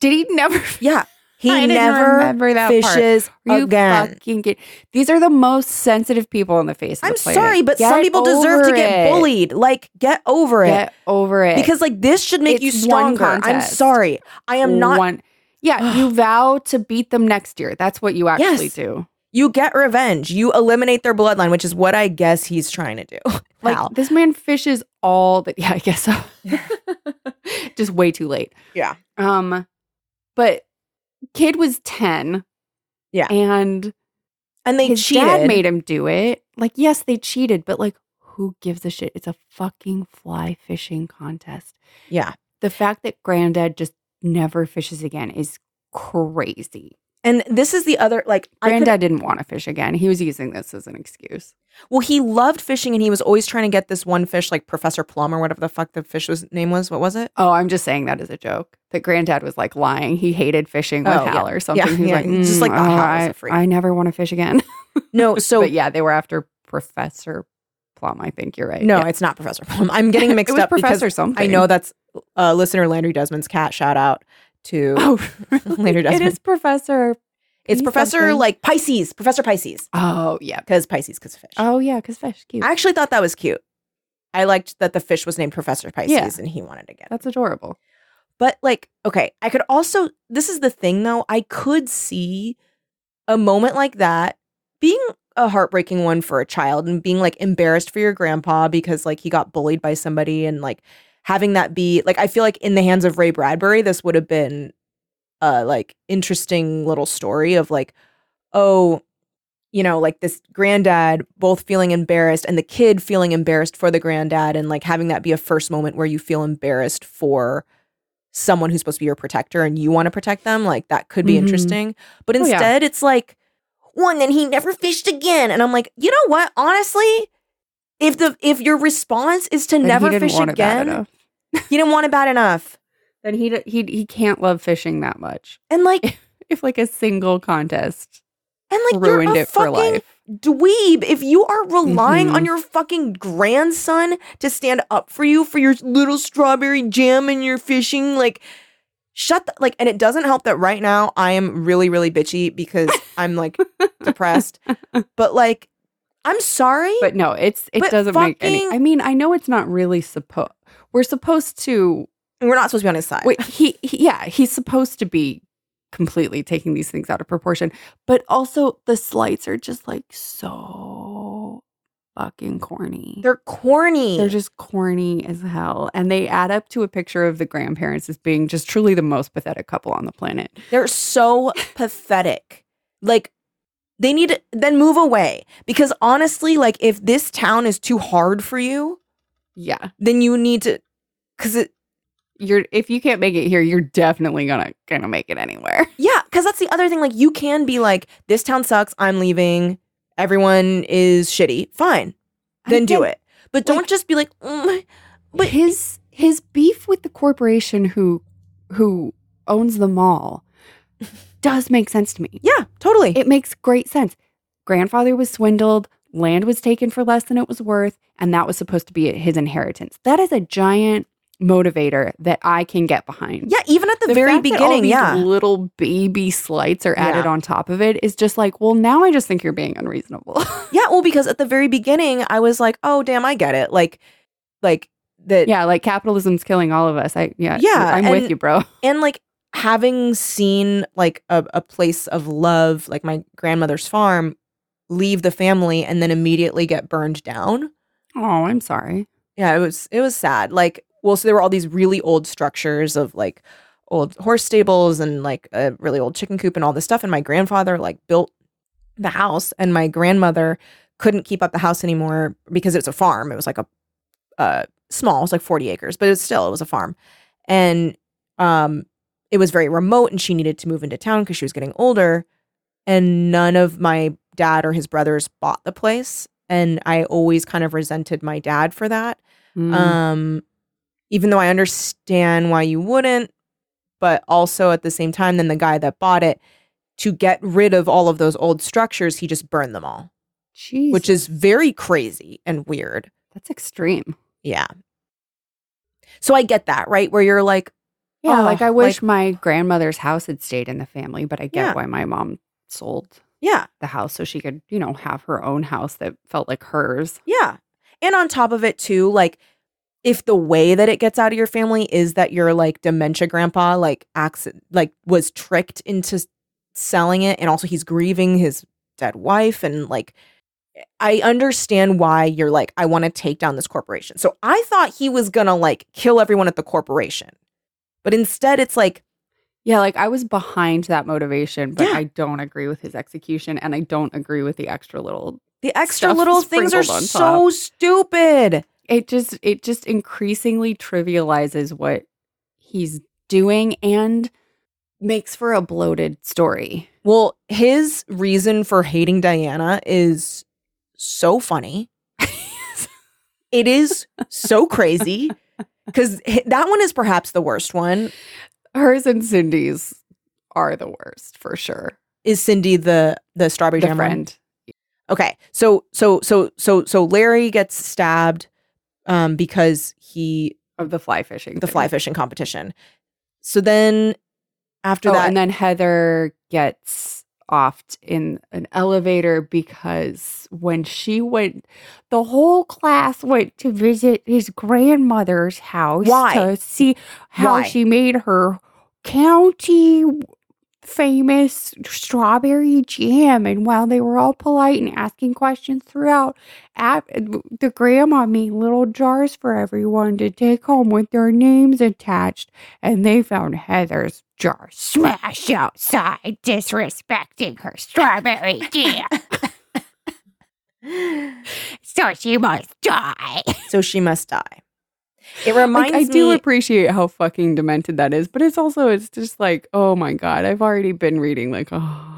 S3: did he never
S2: yeah, he
S3: I didn't
S2: never
S3: remember that part.
S2: fishes
S3: Are you
S2: again.
S3: fucking kid- These are the most sensitive people on the face of
S2: I'm
S3: the planet.
S2: sorry, but
S3: Get
S2: some people deserve to
S3: over
S2: get
S3: it.
S2: bullied. Like, get over it.
S3: Get over it.
S2: Because like this should make you
S3: It's one
S2: stronger. I'm
S3: contest.
S2: sorry. I am not
S3: One, yeah, you vow to beat them next year. That's what you actually
S2: Yes.
S3: do.
S2: you get revenge. You eliminate their bloodline, which is what I guess he's trying to do.
S3: Like
S2: Hal.
S3: this man fishes all that. Yeah, I guess so. Just way too late.
S2: Yeah.
S3: Um, but kid was ten.
S2: Yeah.
S3: and
S2: And they
S3: his
S2: cheated.
S3: dad made him do it. Like, yes, they cheated, but like, who gives a shit? It's a fucking fly fishing contest.
S2: yeah.
S3: the fact that granddad just never fishes again is crazy.
S2: And this is the other like I could-
S3: Granddad didn't want to fish again. He was using this as an excuse.
S2: well, he loved fishing and he was always trying to get this one fish, like Professor Plum or whatever the fuck the fish was name was. What was it?
S3: Oh, I'm just saying that as a joke. That granddad was like lying. He hated fishing with
S2: Oh,
S3: Hal
S2: yeah.
S3: or something.
S2: Yeah,
S3: He was
S2: yeah.
S3: like,
S2: It's just
S3: "Mm,
S2: like the
S3: oh,
S2: Hal is a
S3: I,
S2: freak."
S3: I never want to fish again.
S2: No, so
S3: but yeah, they were after Professor Plum. I think you're right.
S2: no,
S3: Yeah.
S2: it's not Professor Plum. I'm getting mixed
S3: it was
S2: up
S3: Professor
S2: because
S3: something.
S2: I know that's uh, listener Landry Desmond's cat. Shout out to
S3: Oh, really?
S2: Later
S3: it
S2: Desmond.
S3: is Professor.
S2: it's
S3: P
S2: Professor
S3: something.
S2: like Pisces, Professor Pisces,
S3: Oh yeah.
S2: because Pisces, because fish.
S3: Oh yeah, because fish cute.
S2: I actually thought that was cute. I liked that the fish was named Professor Pisces
S3: Yeah.
S2: and he wanted to get it.
S3: That's adorable.
S2: But like, okay, I could also this is the thing though, I could see a moment like that being a heartbreaking one for a child and being like embarrassed for your grandpa because like he got bullied by somebody and like having that be like I feel like in the hands of Ray Bradbury this would have been a like interesting little story of like oh you know like this granddad both feeling embarrassed and the kid feeling embarrassed for the granddad and like having that be a first moment where you feel embarrassed for someone who's supposed to be your protector and you want to protect them like that could be
S3: Mhm.
S2: interesting but
S3: Oh, yeah.
S2: instead it's like one then he never fished again and i'm like you know what honestly if the if your response is to
S3: And he
S2: never
S3: didn't
S2: fish
S3: want it bad
S2: again
S3: enough.
S2: you didn't want it bad enough
S3: Then he d- he he can't love fishing that much.
S2: and like
S3: if like a single contest
S2: and like
S3: ruined
S2: you're a
S3: it for
S2: fucking
S3: life.
S2: dweeb if you are relying on
S3: Mhm.
S2: your fucking grandson to stand up for you for your little strawberry jam and your fishing like shut the, like and it doesn't help that right now i am really really bitchy because i'm like depressed but like i'm sorry
S3: But no, it's it
S2: But
S3: doesn't make any.
S2: fucking-
S3: I mean, I know it's not really supposed. We're supposed to
S2: we're not supposed to be on his side
S3: wait. He, he yeah, he's supposed to be completely taking these things out of proportion. But also, the slights are just like so fucking corny.
S2: they're corny
S3: They're just corny as hell, and they add up to a picture of the grandparents as being just truly the most pathetic couple on the planet.
S2: They're so pathetic. Like They need to then move away because honestly, like if this town is too hard for you,
S3: Yeah.
S2: then you need to because it
S3: You're if you can't make it here, you're definitely gonna gonna make it anywhere.
S2: yeah because that's the other thing. Like you can be like this town sucks. I'm leaving. Everyone is shitty. Fine, then do it. But don't
S3: like-
S2: just be like. "Mm,
S3: But his his beef with the corporation who who owns the mall does make sense to me.
S2: yeah, totally.
S3: It makes great sense. Grandfather was swindled, land was taken for less than it was worth, and that was supposed to be his inheritance. That is a giant motivator that I can get behind.
S2: yeah, even at the, very
S3: fact that all
S2: beginning.
S3: these
S2: Yeah,
S3: little baby slights are added
S2: Yeah.
S3: on top of it is just like, well, now I just think you're being unreasonable.
S2: yeah. Well, because at the very beginning, I was like, oh damn, I get it. Like, like that.
S3: yeah, like capitalism's killing all of us. I yeah,
S2: Yeah,
S3: I'm with
S2: and-
S3: you, bro.
S2: and like having seen like a, a place of love like my grandmother's farm leave the family and then immediately get burned down
S3: Oh, I'm sorry.
S2: yeah it was it was sad like well so there were all these really old structures of like old horse stables and like a really old chicken coop and all this stuff and my grandfather like built the house and my grandmother couldn't keep up the house anymore because it's a farm it was like a uh small it was like 40 acres but it was still it was a farm and um it was very remote and she needed to move into town because she was getting older and none of my dad or his brothers bought the place and i always kind of resented my dad for that
S3: Mm.
S2: um even though i understand why you wouldn't but also at the same time then the guy that bought it to get rid of all of those old structures he just burned them all
S3: Jeez,
S2: which is very crazy and weird
S3: that's extreme.
S2: yeah so i get that right where you're like
S3: Yeah,
S2: Oh,
S3: like I wish
S2: like-
S3: my grandmother's house had stayed in the family, but I get
S2: Yeah.
S3: why my mom sold
S2: yeah
S3: the house so she could, you know, have her own house that felt like hers.
S2: Yeah. And on top of it, too, like if the way that it gets out of your family is that your like dementia grandpa like acts like was tricked into s- selling it and also he's grieving his dead wife and like I understand why you're like I want to take down this corporation. So I thought he was going to like kill everyone at the corporation. But instead it's like
S3: Yeah, like I was behind that motivation, but
S2: Yeah.
S3: I don't agree with his execution and I don't agree with the extra little.
S2: the extra
S3: Stuff
S2: little things are
S3: sprinkled on
S2: so stupid.
S3: It just it just increasingly trivializes what he's doing and makes for a bloated story.
S2: Well, his reason for hating Diana is so funny. it is so crazy because that one is perhaps the worst one.
S3: Hers and Cindy's are the worst for sure.
S2: Is Cindy the the strawberry
S3: The
S2: jam one?
S3: friend.
S2: Okay, so so so so so Larry gets stabbed um, because he
S3: of the fly fishing.
S2: the
S3: thing.
S2: fly fishing competition. So then after
S3: Oh,
S2: that,
S3: and then Heather gets offed in an elevator because when she went, the whole class went to visit his grandmother's house
S2: Why?
S3: to see how
S2: Why?
S3: she made her county famous strawberry jam. And while they were all polite and asking questions throughout, at, the grandma made little jars for everyone to take home with their names attached and they found Heather's jar smashed outside, disrespecting her strawberry jam. so she must die.
S2: so she must die. It reminds
S3: I
S2: me.
S3: do appreciate how fucking demented that is, but it's also it's just like, oh my god, I've already been reading like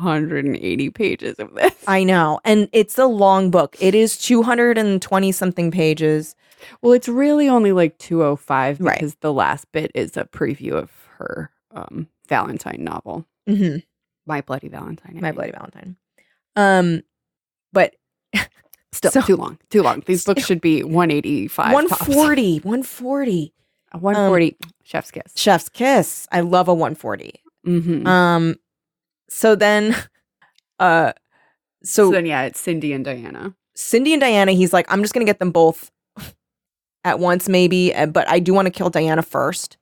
S3: 180 pages of this.
S2: I know. And it's a long book. It is 220 something pages.
S3: well, it's really only like 205
S2: Right.
S3: because the last bit is a preview of her um, Valentine novel,
S2: Mm-hmm.
S3: My Bloody Valentine.
S2: My
S3: I think.
S2: Bloody Valentine. Um, but
S3: Still
S2: So-
S3: too long. Too long. These books should be 185. tops.
S2: 140, 140.
S3: A 140 chef's kiss.
S2: Chef's kiss. I love a 140.
S3: Mm-hmm.
S2: Um, so then, uh,
S3: so
S2: so,
S3: then yeah, it's Cindy and Diana.
S2: Cindy and Diana, he's like, I'm just gonna get them both at once, maybe. uh, But I do want to kill Diana first.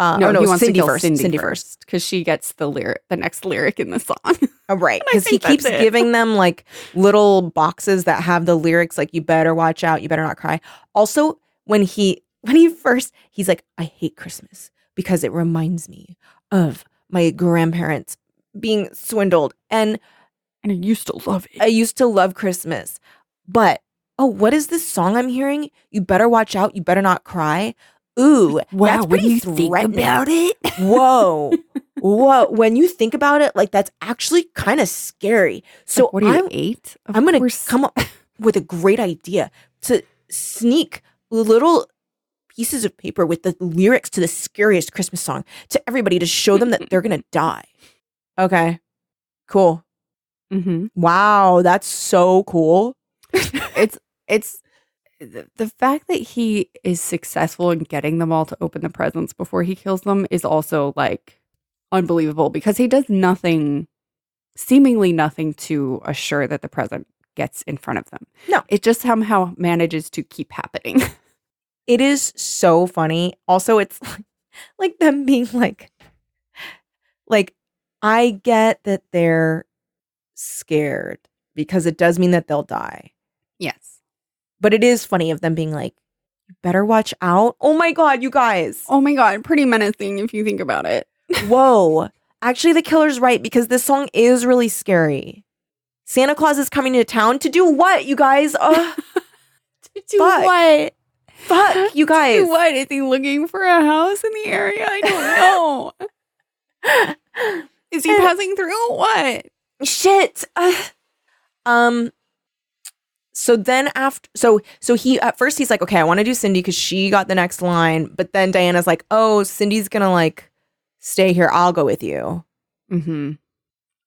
S2: Uh,
S3: oh, no,
S2: or
S3: he wants
S2: Cindy
S3: to kill
S2: first.
S3: Cindy,
S2: Cindy first.
S3: first because she gets the lyric, the next lyric in the song.
S2: Oh, right.
S3: And I
S2: Because he
S3: think that's
S2: keeps
S3: it.
S2: giving them like little boxes that have the lyrics like you better watch out, you better not cry. Also, when he when he first he's like, I hate Christmas because it reminds me of my grandparents being swindled. And
S3: and I used to love it.
S2: I used to love Christmas, but oh, what is this song I'm hearing? You better watch out. You better not cry. Ooh, that's
S3: when
S2: pretty
S3: you think
S2: threatening.
S3: about it,
S2: Whoa, whoa! When you think about it, like that's actually kind of scary. So
S3: so what are you
S2: I'm,
S3: eight? Of
S2: I'm gonna
S3: course.
S2: come up with a great idea to sneak little pieces of paper with the lyrics to the scariest Christmas song to everybody to show them that they're gonna die. Okay, cool.
S3: Mhm.
S2: Wow, that's so cool.
S3: It's it's the, the fact that he is successful in getting them all to open the presents before he kills them is also like unbelievable because he does nothing, seemingly nothing to assure that the present gets in front of them.
S2: No.
S3: it just somehow manages to keep happening.
S2: It is so funny. Also, it's like, like them being like, like, I get that they're scared because it does mean that they'll die.
S3: yes.
S2: But it is funny of them being like, you better watch out. Oh my God, you guys.
S3: Oh my god, pretty menacing if you think about it.
S2: Whoa. Actually, the killer's right because this song is really scary. Santa Claus is coming to town to do what, you guys? Ugh,
S3: Do
S2: Fuck.
S3: what?
S2: fuck, you guys.
S3: Do what? Is he looking for a house in the area? I don't know. Is he
S2: And-
S3: passing through? What?
S2: shit Ugh. um so then after so so he at first he's like okay i want to do cindy because she got the next line but then diana's like oh cindy's gonna like stay here i'll go with you
S3: Mm-hmm.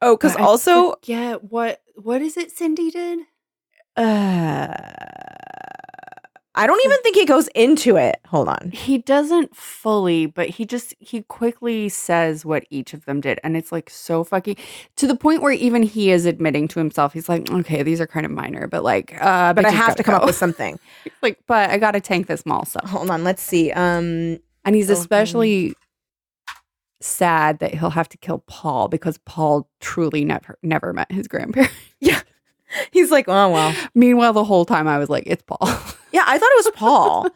S2: oh because also
S3: yeah. What? What is it? Cindy did.
S2: uh i don't even think he goes into it hold on
S3: He doesn't fully, but he just he quickly says what each of them did, and it's like so fucking to the point where even he is admitting to himself. He's like, okay, these are kind of minor, but like, uh,
S2: but i
S3: bitches
S2: have to
S3: gotta
S2: come up
S3: go." Oh,
S2: with something
S3: like, but I gotta tank this mall stuff.
S2: hold on let's see um
S3: And he's
S2: Oh, hmm.
S3: especially sad that he'll have to kill Paul because Paul truly never never met his grandparents.
S2: he's like oh well
S3: Meanwhile, the whole time I was like, it's Paul.
S2: yeah i thought it was paul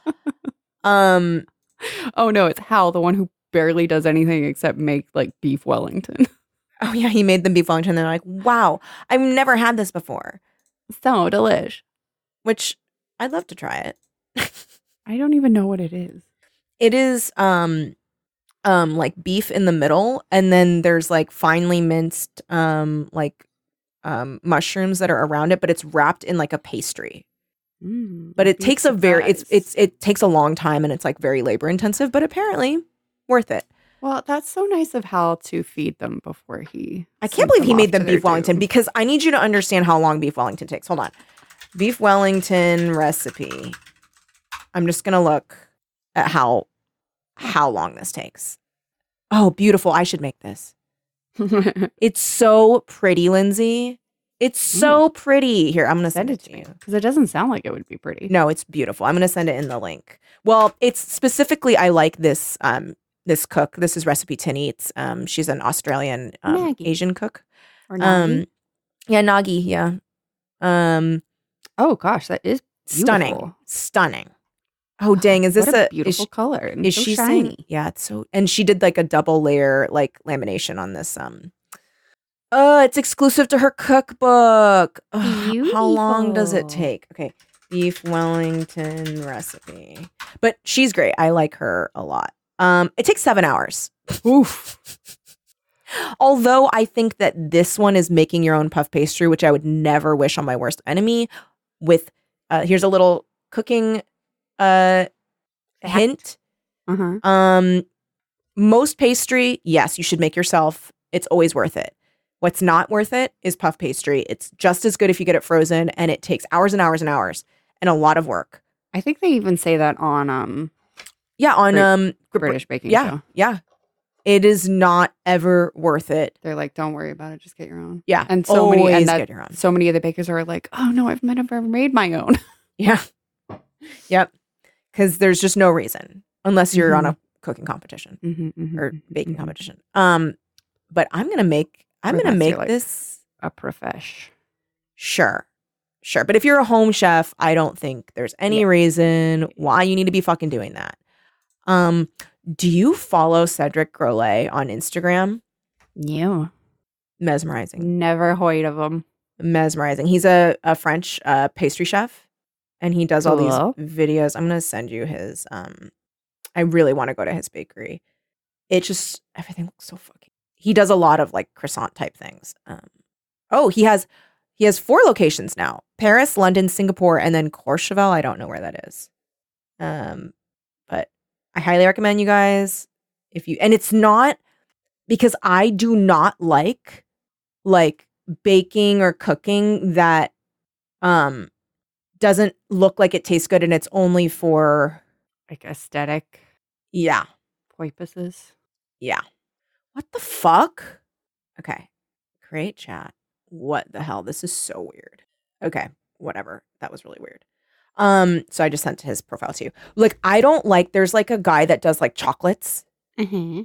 S2: um
S3: oh no, it's Hal, the one who barely does anything except make like beef Wellington.
S2: Oh yeah, he made them beef Wellington. They're like, wow, I've never had this before.
S3: so delish.
S2: Which I'd love to try it.
S3: I don't even know what it is.
S2: It is um um like beef in the middle, and then there's like finely minced um like um mushrooms that are around it, but it's wrapped in like a pastry.
S3: Mm,
S2: But it takes a very it's it's it takes a long time and it's like very labor intensive, but apparently worth it.
S3: well, that's so nice of Hal to feed them before he.
S2: I can't
S3: sends
S2: believe he
S3: off
S2: made
S3: to
S2: them
S3: their
S2: beef Wellington
S3: doom.
S2: because I need you to understand how long beef Wellington takes. Hold on. Beef Wellington recipe. I'm just going to look at how how long this takes. Oh, beautiful. I should make this. It's so pretty, Lindsay. It's so pretty. Here, I'm going to
S3: Send
S2: send
S3: it to me because it doesn't sound like it would be pretty.
S2: No, it's beautiful. I'm going to send it in the link. Well, it's specifically I like this um this cook. This is recipe Tin Eats. Um she's an Australian um,
S3: Maggie.
S2: Asian cook.
S3: Or
S2: Um, yeah, Nagi. Yeah, um,
S3: Oh gosh, that is
S2: stunning,
S3: Beautiful.
S2: stunning. Oh dang, is this
S3: what a,
S2: a,
S3: beautiful color? And
S2: Is
S3: so
S2: she, is she saying-
S3: shiny?
S2: Yeah, it's so. And she did like a double layer like lamination on this. Um, oh, it's exclusive to her cookbook. Ugh, how long does it
S3: Beautiful.
S2: take? Okay, beef Wellington recipe. But she's great. I like her a lot. Um, it takes seven hours.
S3: Oof.
S2: Although I think that this one is making your own puff pastry, which I would never wish on my worst enemy. With uh, here's a little cooking uh, hint.
S3: Uh huh.
S2: Um, most pastry, yes, you should make yourself. It's always worth it. What's not worth it is puff pastry. It's just as good if you get it frozen, and it takes hours and hours and hours and a lot of work.
S3: I think they even say that on um
S2: Yeah, on
S3: Brit-
S2: um, Br-
S3: British baking
S2: yeah.
S3: show.
S2: yeah, it is not ever worth it.
S3: They're like, don't worry about it, just get your own.
S2: Yeah,
S3: And so many- and
S2: always
S3: that-
S2: get your own.
S3: So many of the bakers are like, oh no, I've never made my own.
S2: Yeah. Yep. Because there's just no reason unless you're on
S3: Mhm.
S2: a cooking competition
S3: mm-hmm,
S2: or baking competition. Um, but I'm gonna make I'm
S3: Or
S2: gonna
S3: that's
S2: make
S3: your, like-
S2: this
S3: A profesh.
S2: sure, sure. But if you're a home chef, I don't think there's any
S3: Yeah.
S2: reason why you need to be fucking doing that. Um, do you follow Cedric Grolet on Instagram?
S3: Yeah.
S2: mesmerizing.
S3: Never heard of them.
S2: Mesmerizing. He's a, a French uh, pastry chef and he does all
S3: Cool.
S2: these videos. I'm going to send you his. Um, I really want to go to his bakery. It just, everything looks so fucking. He does a lot of like croissant type things. Um, oh, he has. He has four locations now: Paris, London, Singapore, and then Courchevel. I don't know where that is, um, but I highly recommend you guys if you. And it's not because I do not like like baking or cooking that um doesn't look like it tastes good and it's only for
S3: Like aesthetic
S2: yeah.
S3: purposes.
S2: What the fuck? Okay. Great chat. What the hell? This is so weird. Okay, whatever. That was really weird. Um so I just sent his profile to you. Like I don't like there's like a guy that does like chocolates
S3: Mm-hmm.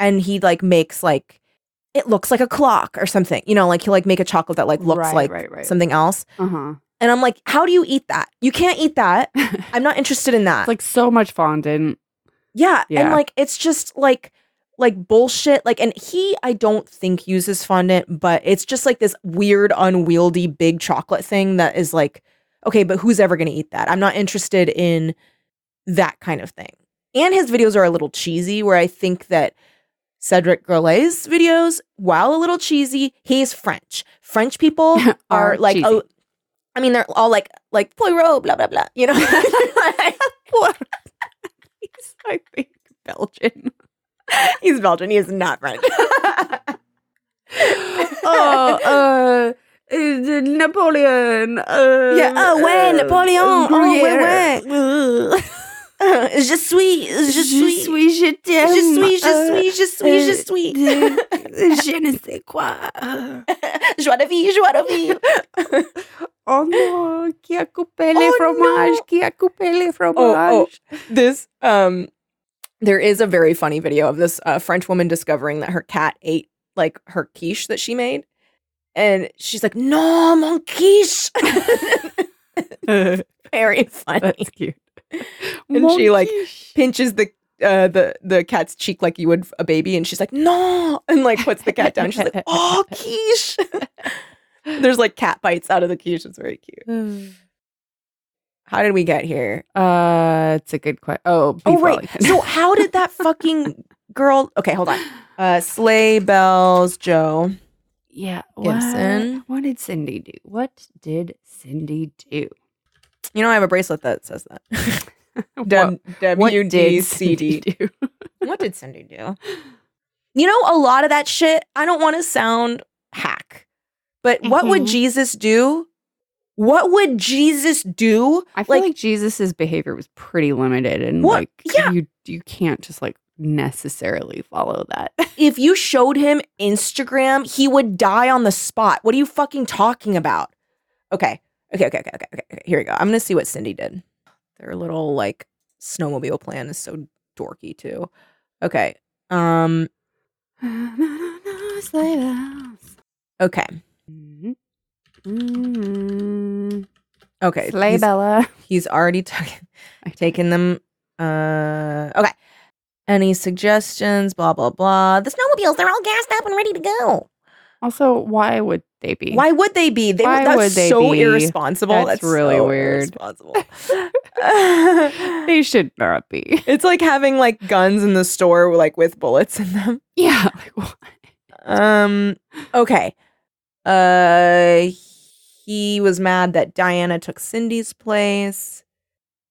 S2: and he like makes like it looks like a clock or something. You know, like he'll like make a chocolate that like looks
S3: Right,
S2: like
S3: right, right.
S2: something else.
S3: Uh huh.
S2: And I'm like, how do you eat that? You can't eat that.
S3: it's
S2: I'm not interested in that.
S3: like so much fondant.
S2: yeah. And
S3: yeah.
S2: like it's just like like bullshit. Like and he I don't think uses fondant, but it's just like this weird, unwieldy big chocolate thing that is like, okay, but who's ever gonna eat that? I'm not interested in that kind of thing. And his videos are a little cheesy, where I think that Cedric Grolet's videos, while a little cheesy, he's French. French people are, like,
S3: cheesy.
S2: oh, I mean, they're all like, like Poirot, blah blah blah. You know,
S3: He's, I think Belgian.
S2: he's Belgian. He is not French.
S3: oh, uh, uh, Napoleon. Uh,
S2: yeah. Oh,
S3: uh,
S2: ouais, Napoleon. Oh,
S3: Gruyere.
S2: ouais, ouais. Uh, je suis, je suis,
S3: je t'aime.
S2: je suis, je suis, je suis, je
S3: uh,
S2: suis.
S3: je ne sais quoi.
S2: Joie de vie, joie de vie.
S3: Oh no, qui a coupé
S2: Oh,
S3: les fromages?
S2: no.
S3: Qui a coupé les
S2: oh.
S3: fromages?
S2: this um there is a very funny video of this uh, french woman discovering that her cat ate like her quiche that she made and she's like no mon quiche very funny
S3: That's cute.
S2: And she, like,
S3: Monquiche.
S2: pinches the uh, the the cat's cheek like you would a baby and she's like no and like puts the cat down she's like oh quiche there's like cat bites out of the quiche it's very cute how did we get here
S3: Uh, it's a good question. Oh, beef
S2: oh right
S3: Wellington.
S2: so how did that fucking girl okay hold on Uh, sleigh bells, Joe.
S3: yeah.
S2: Gibson.
S3: What, what did Cindy do? What did Cindy do?
S2: You know, I have a bracelet that says that.
S3: What-
S2: Dem-
S3: what did
S2: WDCD.
S3: Cindy do?
S2: What did Cindy do? You know, a lot of that shit, I don't want to sound hack, but what would
S3: Mhm.
S2: Jesus do? What would Jesus do?
S3: I feel
S2: Like-
S3: like, Jesus's behavior was pretty limited, and
S2: What?
S3: like
S2: Yeah.
S3: you you can't just like necessarily follow that.
S2: If you showed him Instagram, he would die on the spot. What are you fucking talking about? Okay. Okay, okay, okay, okay, okay. okay. Here we go. I'm going to see what Cindy did. Their little like snowmobile plan is so dorky too. Okay. Um
S3: Sleigh bells.
S2: Okay.
S3: Mhm. Mhm.
S2: Okay.
S3: Sleigh
S2: he's,
S3: Bella.
S2: he's already taken taken them. Uh. Okay. Any suggestions? Blah blah blah.
S4: The
S2: This.
S4: snowmobiles, they're all gassed up and ready to go.
S3: Also, why would they be?
S2: Why would they be? They
S3: Why
S2: that's
S3: would they
S2: so
S3: be?
S2: irresponsible.
S3: That's really
S2: so
S3: weird.
S2: Irresponsible.
S3: they should not be?
S2: it's like having like guns in the store, like with bullets in them.
S3: Yeah. Like, why?
S2: Um. Okay. Uh. He was mad that Diana took Cindy's place.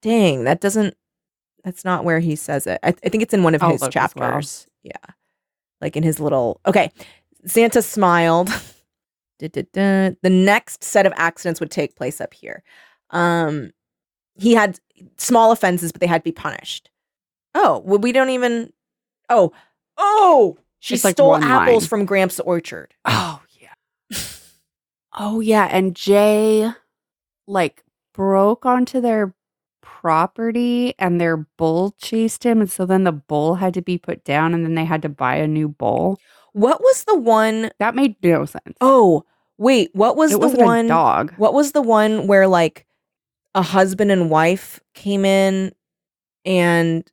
S2: Dang, that doesn't. That's not where he says it. I, I think it's in one of his
S3: Outlook as well.
S2: chapters. Yeah, like in his little. Okay, Santa smiled. Da-da-da. The next set of accidents would take place up here. Um, he had small offenses, but they had to be punished. Oh, well, we don't even. Oh, oh, she
S3: It's like
S2: stole
S3: one
S2: apples
S3: line.
S2: from Gramps' orchard.
S3: Oh yeah. oh yeah, and Jay like broke onto their property and their bull chased him and so then the bull had to be put down and then they had to buy a new bull.
S2: What was the one
S3: That made no sense.
S2: Oh, wait, what was
S3: it
S2: the
S3: wasn't
S2: one?
S3: a dog.
S2: What was the one where like a husband and wife came in and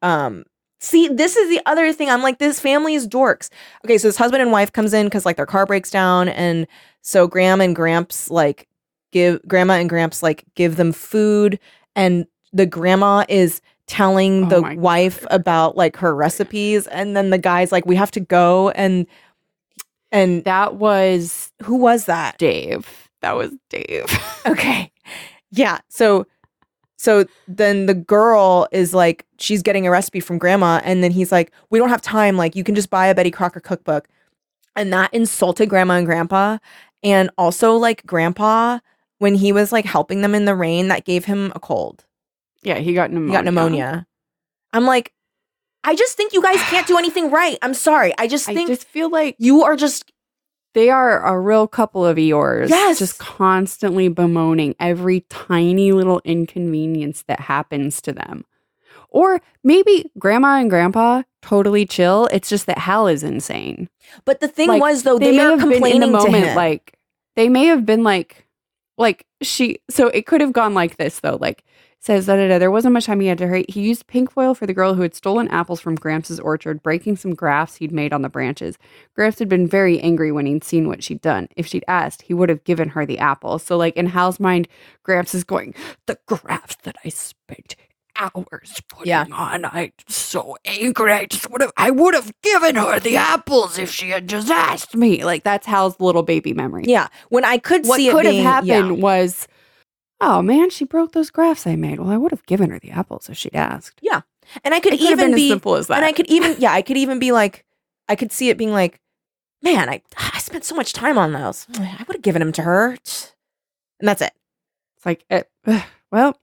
S2: um See, this is the other thing. I'm like, this family is dorks. Okay, so this husband and wife comes in because like their car breaks down, and so Graham and Gramps like give grandma and Gramps like give them food, and the grandma is telling
S3: Oh
S2: the
S3: my
S2: wife about like her recipes, and then the guy's like, we have to go, and and
S3: That was
S2: who was that?
S3: Dave. That was Dave.
S2: Okay. Yeah. So so then the girl is like she's getting a recipe from grandma and then he's like we don't have time like you can just buy a Betty Crocker cookbook. And that insulted grandma and grandpa and also like grandpa when he was like helping them in the rain that gave him a cold.
S3: yeah, he got pneumonia.
S2: He got pneumonia. I'm like I just think you guys can't do anything right. I'm sorry. I just
S3: I
S2: think
S3: just feel like
S2: you are just
S3: they are a real couple of yours.
S2: Yes.
S3: Just constantly bemoaning every tiny little inconvenience that happens to them. Or maybe grandma and grandpa totally chill. It's just that Hal is insane.
S2: But the thing
S3: Like,
S2: was though Oh, they, were complaining to him.
S3: like they may have been like like she so it could have gone like this though like says da da da there wasn't much time he had to hurry he used pink foil for the girl who had stolen apples from gramps' orchard breaking some grafts he'd made on the branches gramps had been very angry when he'd seen what she'd done if she'd asked he would have given her the apple so like in hal's mind gramps is going the grafts that i spent hours putting
S2: Yeah.
S3: on i'm so angry i just would have i would have given her the apples if she had just asked me like that's hal's little baby memory
S2: yeah, when I could
S3: what
S2: see it
S3: could have
S2: being- yeah.
S3: happened was oh man she broke those graphs i made well i would have given her the apples if she'd asked
S2: And I could
S3: it could have
S2: even
S3: been as
S2: be,
S3: simple as that
S2: and I could even, yeah, I could even be like, I could see it being like, man, I ah, I spent so much time on those. I would have given them to her, and that's it.
S3: it's like it, well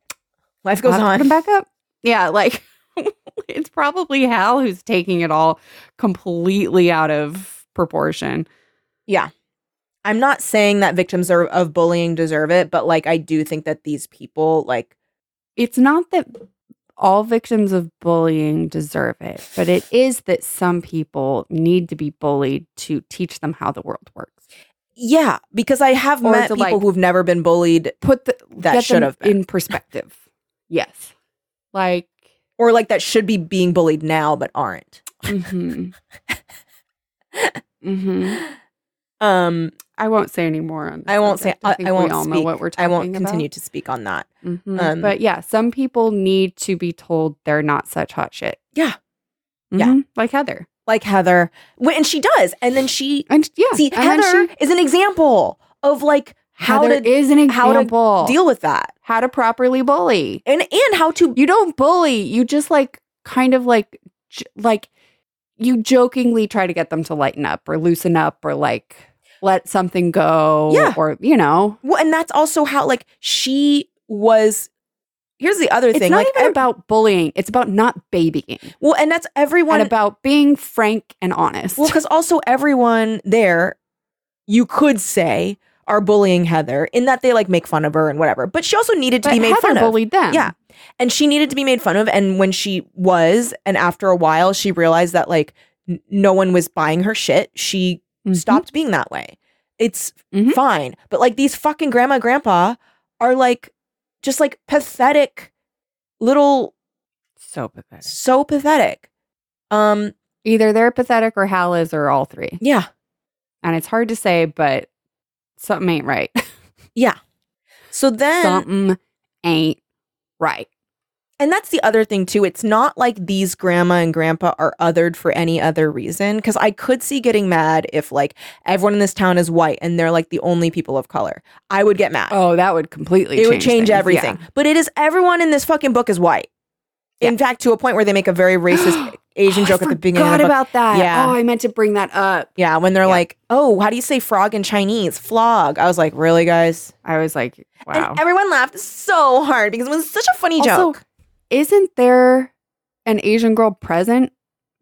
S2: Life goes
S3: I'll
S2: on.
S3: put 'em back up yeah like it's probably hal who's taking it all completely out of proportion
S2: I'm not saying that victims are, of bullying deserve it, but like I do think that these people, like,
S3: it's not that all victims of bullying deserve it but it is that some people need to be bullied to teach them how the world works
S2: yeah, because I have
S3: Or
S2: met
S3: to,
S2: people
S3: like-
S2: who've never been bullied
S3: put the,
S2: That
S3: get
S2: should
S3: them
S2: have been.
S3: in perspective. yes, like
S2: or like that should be being bullied now but aren't.
S3: mhm. Mhm.
S2: Um,
S3: I won't say any more on. This
S2: I won't say.
S3: subject.
S2: I,
S3: think
S2: I won't
S3: we all
S2: speak.
S3: know what we're talking
S2: I won't
S3: about.
S2: continue to speak on that.
S3: Mhm.
S2: Um,
S3: but yeah, some people need to be told they're not such hot shit.
S2: Yeah.
S3: Mhm.
S2: Yeah.
S3: like Heather,
S2: Like Heather, when, and she does, and then she
S3: and yeah,
S2: See,
S3: and then
S2: Heather
S3: she,
S2: is an example of like how
S3: Heather
S2: to
S3: is an
S2: how to
S3: example.
S2: deal with that
S3: how to properly bully.
S2: and and how to
S3: you don't bully you just like kind of like j- like you jokingly try to get them to lighten up or loosen up or like let something go
S2: Yeah.
S3: or you know
S2: well, and that's also how like she was. Here's the other
S3: it's
S2: thing,
S3: not
S2: like
S3: even
S2: ev-
S3: about bullying it's about not babying
S2: well, and that's everyone.
S3: and about being frank and honest
S2: well, because also everyone there, you could say are bullying Heather in that they like make fun of her and whatever, but she also needed to
S3: but
S2: be made
S3: Heather
S2: fun of.
S3: bullied them
S2: Yeah. and she needed to be made fun of and when she was and after a while she realized that like n- no one was buying her shit she
S3: Mhm.
S2: stopped being that way it's
S3: Mhm.
S2: fine but like these fucking grandma and grandpa are like just like pathetic little
S3: so pathetic
S2: so pathetic um
S3: either they're pathetic or hal is or all three
S2: yeah
S3: and it's hard to say but something ain't right
S2: so then
S3: something ain't right
S2: And that's the other thing too. It's not like these grandma and grandpa are othered for any other reason. Cause I could see getting mad if like everyone in this town is white and they're like the only people of color. I would get mad.
S3: oh that would completely
S2: it would change
S3: things. Yeah.
S2: everything. But it is everyone in this fucking book is white. In fact, to a point where they make a very racist Asian
S3: Oh,
S2: joke
S3: I
S2: at the beginning of
S3: forgot
S2: the book.
S3: about that.
S2: Yeah.
S3: Oh, I meant to bring that up.
S2: yeah, when they're
S3: Yeah.
S2: like, "Oh, how do you say frog in Chinese? Flog." I was like, "Really, guys?"
S3: I was like, wow.
S2: And everyone laughed so hard because it was such a funny
S3: Also,
S2: joke.
S3: isn't there an Asian girl present?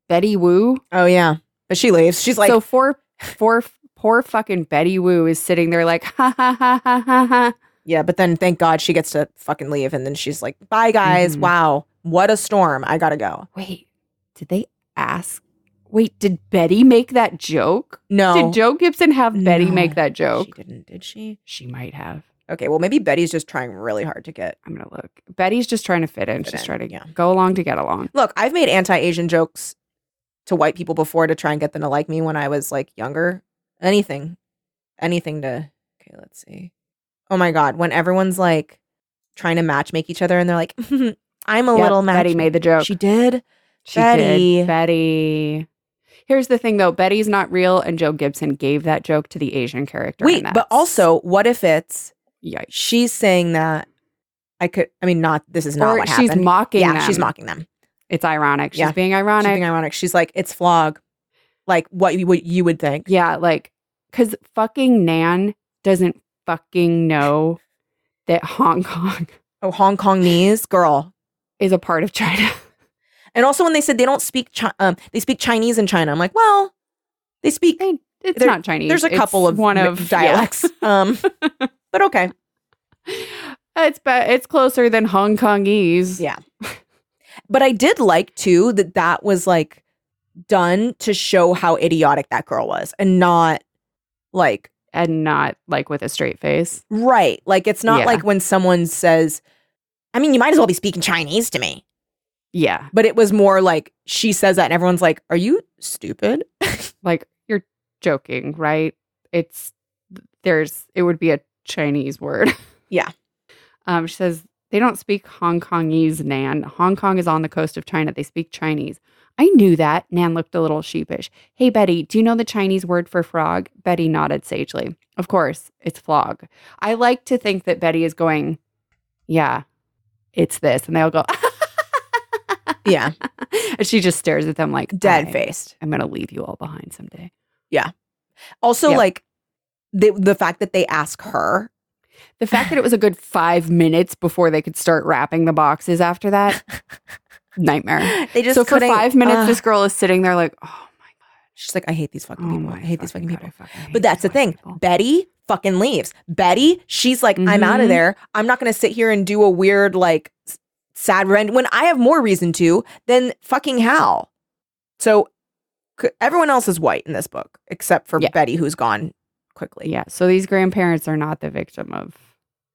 S3: Betty Wu.
S2: Oh yeah, but she leaves. She's like,
S3: so four, four, poor fucking Betty Wu is sitting there like, ha ha ha ha ha ha.
S2: Yeah, but then thank God she gets to fucking leave. And then she's like, bye, guys.
S3: Mhm.
S2: Wow. What a storm. I gotta go.
S3: Wait, did they ask? Wait, did Betty make that joke?
S2: No.
S3: Did Joe Gibson have Betty
S2: No.
S3: make that
S2: She
S3: joke?
S2: didn't, did she?
S3: She might have.
S2: Okay, well maybe Betty's just trying really hard to get.
S3: I'm gonna look. Betty's just trying to fit in.
S2: Fit
S3: She's
S2: in,
S3: trying to
S2: yeah.
S3: go along to get along.
S2: Look, I've made anti-Asian jokes to white people before to try and get them to like me when I was like younger. Anything. Anything to Okay, let's see. Oh my god, when everyone's like trying to match make each other and they're like, "I'm a
S3: Yep,
S2: little match."
S3: Betty made the joke.
S2: She did.
S3: She did.
S2: Betty.
S3: Betty. Here's the thing, though. Betty's not real, and Joe Gibson gave that joke to the Asian character.
S2: Wait,
S3: and
S2: but
S3: that's-
S2: also, what if it's
S3: yikes!
S2: she's saying that I could I mean not this is not
S3: Or
S2: what
S3: she's
S2: happened.
S3: mocking.
S2: yeah,
S3: them.
S2: she's mocking them.
S3: It's ironic. She's
S2: Yeah.
S3: being ironic.
S2: She's being ironic. She's like, it's flog. Like what you, what you would think.
S3: yeah, like because fucking Nan doesn't fucking know that Hong Kong
S2: Oh, Hong Kong knees, girl.
S3: is a part of China.
S2: And also when they said they don't speak Chi- um they speak Chinese in China, I'm like, well, they speak
S3: Hey, It's
S2: There-
S3: not Chinese.
S2: there's a
S3: It's
S2: couple of
S3: one
S2: mi-
S3: of
S2: dialects. Um but okay.
S3: yeah. It's be- it's closer than Hong Kongese.
S2: Yeah. But I did like too that that was like done to show how idiotic that girl was and not like
S3: and not like with a straight face.
S2: right. Like it's not
S3: Yeah.
S2: like when someone says
S4: I mean, you might as well be speaking Chinese to me.
S3: Yeah,
S2: but it was more like she says that and everyone's like, "Are you stupid?"
S3: like you're joking, right? It's there's it would be a Chinese word.
S2: Yeah.
S3: Um, she says they don't speak Hong Kongese, Nan. Hong Kong is on the coast of China. They speak Chinese. I knew that. Nan looked a little sheepish. Hey, Betty, do you know the Chinese word for frog? Betty nodded sagely. Of course, it's flog. I like to think that Betty is going, yeah, it's this. And they all go,
S2: yeah,
S3: and she just stares at them like
S2: dead
S3: "I-
S2: faced.
S3: I'm going to leave you all behind someday.
S2: Also,
S3: Yeah.
S2: like the the fact that they ask her,
S3: The fact that it was a good five minutes before they could start wrapping the boxes after that, nightmare.
S2: they just uh,
S3: so for
S2: couldn't-
S3: five minutes,
S2: Ugh.
S3: this girl is sitting there like, oh
S2: she's like, I hate these fucking
S3: my, oh
S2: people.
S3: my,
S2: I hate these fucking people.
S3: God, I fucking hate
S2: But that's the
S3: these fucking
S2: thing.
S3: people."
S2: Betty fucking leaves. Betty, she's like, I'm out
S3: Mhm.
S2: of there. I'm not going to sit here and do a weird like s- sad rent when I have more reason to than fucking Hal. So c- everyone else is white in this book except for
S3: Yeah.
S2: Betty, who's gone quickly.
S3: Yeah. So these grandparents are not the victim of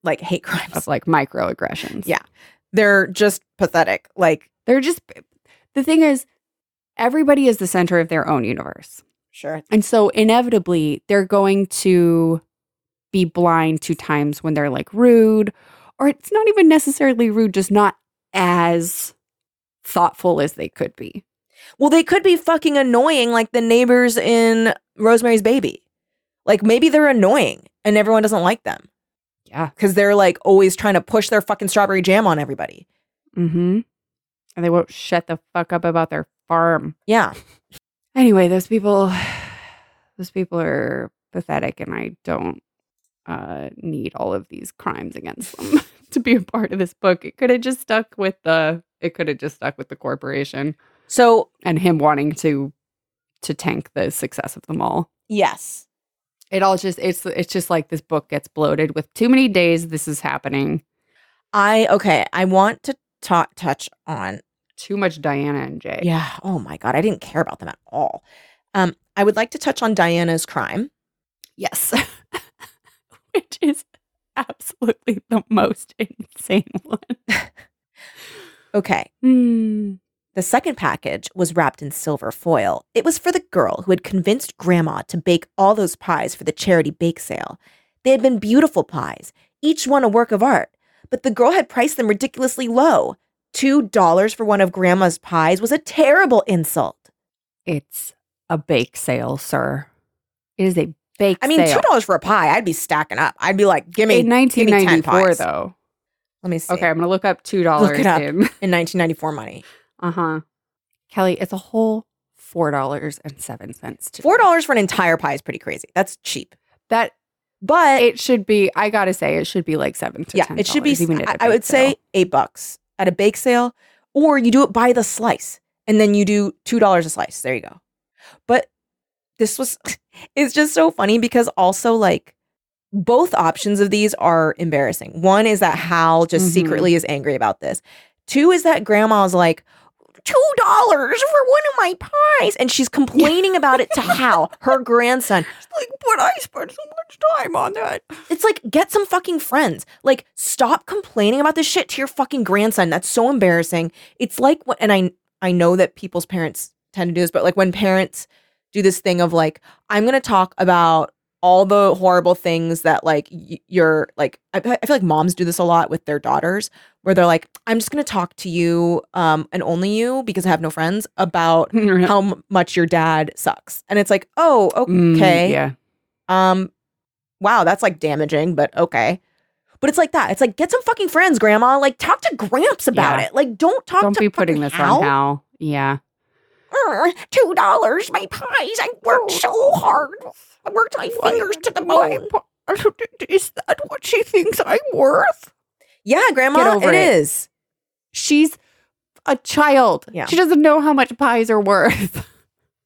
S2: Like hate crimes.
S3: of like microaggressions.
S2: Yeah. They're just pathetic. Like
S3: They're just the thing is, everybody is the center of their own universe.
S2: sure.
S3: And so inevitably, they're going to be blind to times when they're like rude, or it's not even necessarily rude, just not as thoughtful as they could be.
S2: Well, they could be fucking annoying like the neighbors in Rosemary's Baby. Like maybe they're annoying and everyone doesn't like them
S3: Yeah.
S2: because they're like always trying to push their fucking strawberry jam on everybody.
S3: Mm hmm. And they won't shut the fuck up about their farm.
S2: Yeah.
S3: Anyway, those people, those people are pathetic, and I don't uh, need all of these crimes against them to be a part of this book. It could have just stuck with the. It could have just stuck with the corporation.
S2: So,
S3: and him wanting to to tank the success of them all.
S2: yes.
S3: It all just it's it's just like this book gets bloated with too many days this is happening.
S2: I, okay, I want to ta- touch on.
S3: Too much Diana and Jay.
S2: Yeah. Oh my God. I didn't care about them at all. Um, I would like to touch on Diana's crime.
S3: Yes. Which is absolutely the most insane one.
S2: Okay.
S3: Hmm.
S2: The second package was wrapped in silver foil. It was for the girl who had convinced Grandma to bake all those pies for the charity bake sale. They had been beautiful pies, each one a work of art, but the girl had priced them ridiculously low. Two dollars for one of Grandma's pies was a terrible insult.
S3: It's a bake sale, sir. It is a bake
S2: I mean,
S3: sale.
S2: two dollars for a pie, I'd be stacking up. I'd be like, give me.
S3: in
S2: give me 10
S3: 1994
S2: pies.
S3: though.
S2: Let me see.
S3: Okay, I'm going to look up $2
S2: Look it up.
S3: in
S2: in 1994 money,
S3: Uh-huh. Kelly, it's a whole four dollars and seven cents to
S2: four dollars for an entire pie is pretty crazy. That's cheap.
S3: That
S2: But
S3: it should be, I gotta say, it should be like seven to
S2: yeah,
S3: ten.
S2: it should be.
S3: dollars, even at
S2: I,
S3: a
S2: I
S3: bake
S2: would say
S3: sale.
S2: eight bucks at a bake sale, or you do it by the slice, and then you do two dollars a slice. There you go. But this was, it's just so funny because also like. Both options of these are embarrassing. One is that Hal just
S3: Mhm.
S2: secretly is angry about this. Two is that grandma's like, two dollars for one of my pies, and she's complaining about it to Hal, her grandson.
S3: Like, but I spent so much time on that.
S2: It's like get some fucking friends. Like stop complaining about this shit to your fucking grandson. That's so embarrassing. It's like what, and I I know that people's parents tend to do this, but like when parents do this thing of like I'm gonna talk about all the horrible things that like y- you're like I, I feel like moms do this a lot with their daughters where they're like I'm just gonna talk to you um and only you because I have no friends about how m- much your dad sucks and it's like oh
S3: Mm,
S2: okay
S3: yeah.
S2: um, wow, that's like damaging, but okay. But it's like that. It's like get some fucking friends, grandma. Like talk to Gramps about
S3: Yeah.
S2: it. Like don't talk.
S3: Don't
S2: to
S3: be putting
S2: fucking
S3: this
S2: Hal.
S3: on Hal. Yeah.
S4: Err, Two dollars, my pies. I worked so
S3: Oh.
S4: hard. I worked my fingers to the bone.
S3: Is that what she thinks I'm worth?
S2: Yeah, grandma,
S3: Get over
S2: it
S3: it.
S2: is.
S3: She's a child.
S2: Yeah.
S3: She doesn't know how much pies are worth.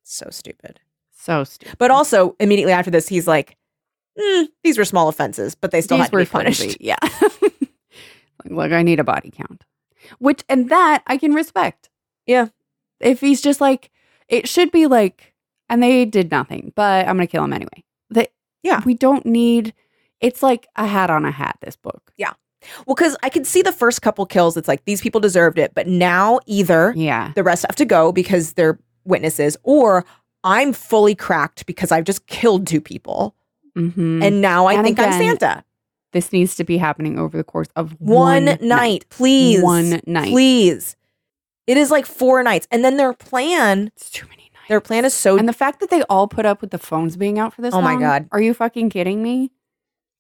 S2: So stupid.
S3: so stupid.
S2: But also immediately after this, he's like, "Mm, these were small offenses, but they still
S3: These
S2: had to
S3: were
S2: be punished.
S3: flimsy. Yeah. like, look, I need a body count. Which and that I can respect.
S2: Yeah.
S3: If he's just like, it should be like, and they did nothing, but I'm gonna kill him anyway. That
S2: Yeah.
S3: We don't need it's like a hat on a hat, this book.
S2: Well, because I could see the first couple kills. It's like these people deserved it, but now either
S3: Yeah.
S2: the rest have to go because they're witnesses, or I'm fully cracked because I've just killed two people,
S3: Mm-hmm.
S2: and now I
S3: And
S2: think I'm
S3: again,
S2: Santa.
S3: this needs to be happening over the course of
S2: one, night, please.
S3: One night.
S2: please. It is like four nights, and then their plan.
S3: It's too many nights.
S2: Their plan is so.
S3: and the fact that they all put up with the phones being out for this
S2: Oh my
S3: long,
S2: God.
S3: Are you fucking kidding me?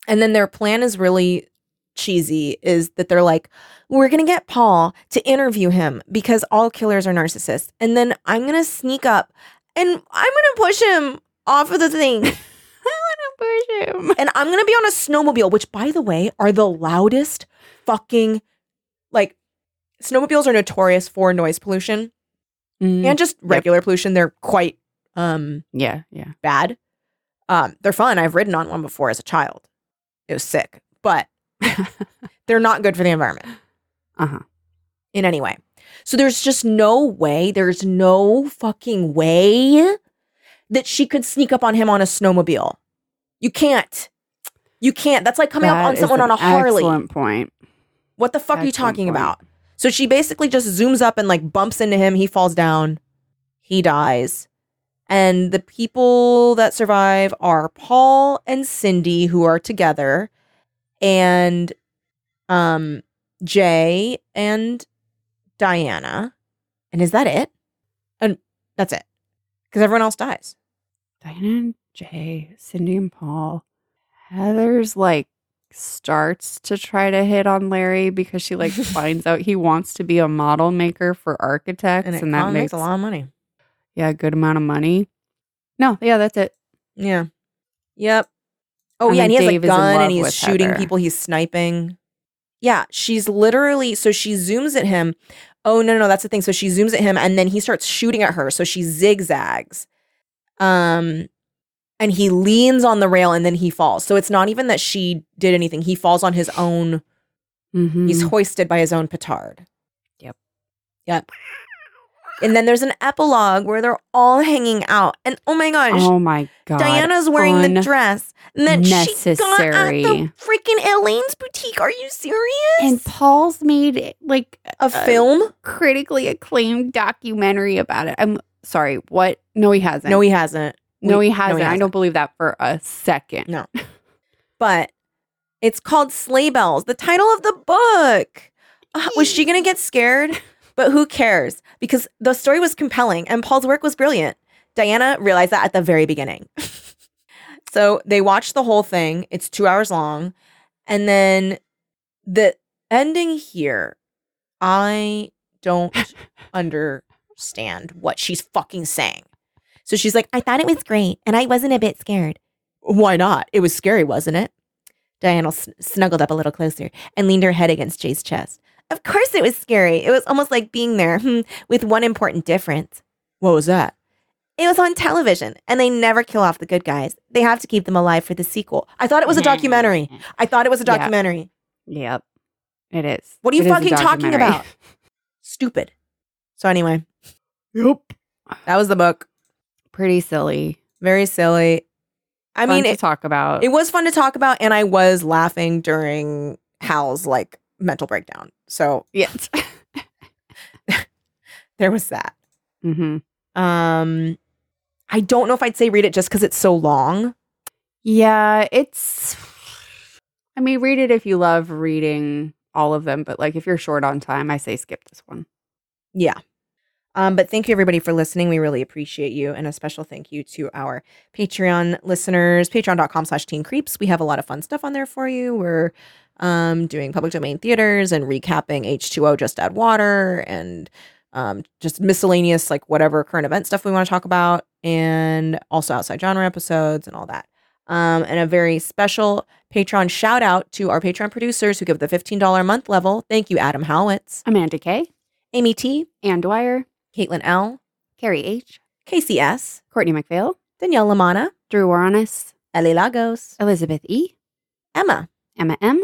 S2: and then their plan is really cheesy. Is that they're like, we're gonna get Paul to interview him because all killers are narcissists, and then I'm gonna sneak up, and I'm gonna push him off of the thing,
S3: I want to push him.
S2: and I'm gonna be on a snowmobile, which by the way are the loudest fucking like. Snowmobiles are notorious for noise pollution
S3: Mm. Mm-hmm.
S2: and just regular pollution. They're quite um
S3: yeah, yeah.
S2: bad. Um, they're fun. I've ridden on one before as a child. It was sick, but they're not good for the environment
S3: Uh huh.
S2: in any way. So there's just no way, there's no fucking way that she could sneak up on him on a snowmobile. You can't. You can't. That's like coming up on someone on a Harley.
S3: Excellent point.
S2: What the fuck are you
S3: Excellent
S2: talking
S3: point.
S2: about? So she basically just zooms up and like bumps into him. He falls down. He dies. And the people that survive are Paul and Cindy, who are together, and um Jay and Diana. And is that it? And that's it. Because everyone else dies.
S3: Diana and Jay, Cindy and Paul. Heather's like starts to try to hit on Larry because she like finds out he wants to be a model maker for architects,
S2: And
S3: and,
S2: it
S3: that
S2: kinda
S3: makes
S2: makes a lot of money.
S3: yeah a good amount of money. No, yeah, that's it.
S2: Yeah. Yep. Oh
S3: And
S2: yeah,
S3: then
S2: and he has
S3: Dave
S2: a
S3: is in
S2: gun
S3: love
S2: and he's
S3: with
S2: shooting
S3: Heather.
S2: people, he's sniping. Yeah, she's literally so she zooms at him. Oh no, no, no, that's the thing. So she zooms at him and then he starts shooting at her. So she zigzags. Um and he leans on the rail and then he falls. So it's not even that she did anything. He falls on his own.
S3: Mm-hmm.
S2: He's hoisted by his own petard.
S3: Yep.
S2: Yep. And then there's an epilogue where they're all hanging out. And oh my gosh,
S3: oh my god,
S2: Diana's wearing the dress that she got at
S3: unnecessary.
S2: the freaking Elaine's boutique. Are you serious?
S3: And uh, Paul's made like
S2: a film?
S3: critically acclaimed documentary about it. I'm sorry, what? No, he hasn't.
S2: No, he hasn't.
S3: no,
S2: we-
S3: he hasn't. I don't
S2: hasn't.
S3: believe that for a second.
S2: No. But it's called Sleigh Bells, the title of the book. Uh, was she going to get scared? But who cares? Because the story was compelling and Paul's work was brilliant. Diana realized that at the very beginning. so they watched the whole thing. It's two hours long. And then the ending here, I don't understand what she's fucking saying. So she's like, I thought it was great and I wasn't a bit scared. Why not? It was scary, wasn't it? Diana sn- snuggled up a little closer and leaned her head against Jay's chest. Of course it was scary. It was almost like being there, hmm, with one important difference. What was that? It was on television, and they never kill off the good guys. They have to keep them alive for the sequel. I thought it was a documentary. I thought it was a
S3: Yeah.
S2: documentary.
S3: Yep. It is.
S2: What are you
S3: It is a
S2: fucking talking
S3: documentary.
S2: about? Stupid. So anyway,
S3: Yep.
S2: that was the book.
S3: Pretty silly.
S2: Very silly. I mean,
S3: to
S2: it,
S3: talk about.
S2: it was fun to talk about, and I was laughing during Hal's like mental breakdown. So
S3: yes.
S2: there was that.
S3: hmm
S2: Um, I don't know if I'd say read it just because it's so long.
S3: Yeah, it's. I mean, read it if you love reading all of them, but like if you're short on time, I say skip this one.
S2: Yeah. Um, but thank you everybody for listening. We really appreciate you. And a special thank you to our Patreon listeners, patreon.com slash teen creeps. We have a lot of fun stuff on there for you. We're um, doing public domain theaters and recapping H2O Just Add Water and um, just miscellaneous, like whatever current event stuff we want to talk about, and also outside genre episodes and all that. Um, and a very special Patreon shout out to our Patreon producers who give the $15 a month level. Thank you, Adam Howitz,
S3: Amanda Kay,
S2: Amy T,
S3: Ann Dwyer,
S2: Caitlin L,
S3: Carrie H,
S2: Casey S,
S3: Courtney McPhail,
S2: Danielle Lamana,
S3: Drew Waranis,
S2: Ellie Lagos,
S3: Elizabeth E,
S2: Emma,
S3: Emma M,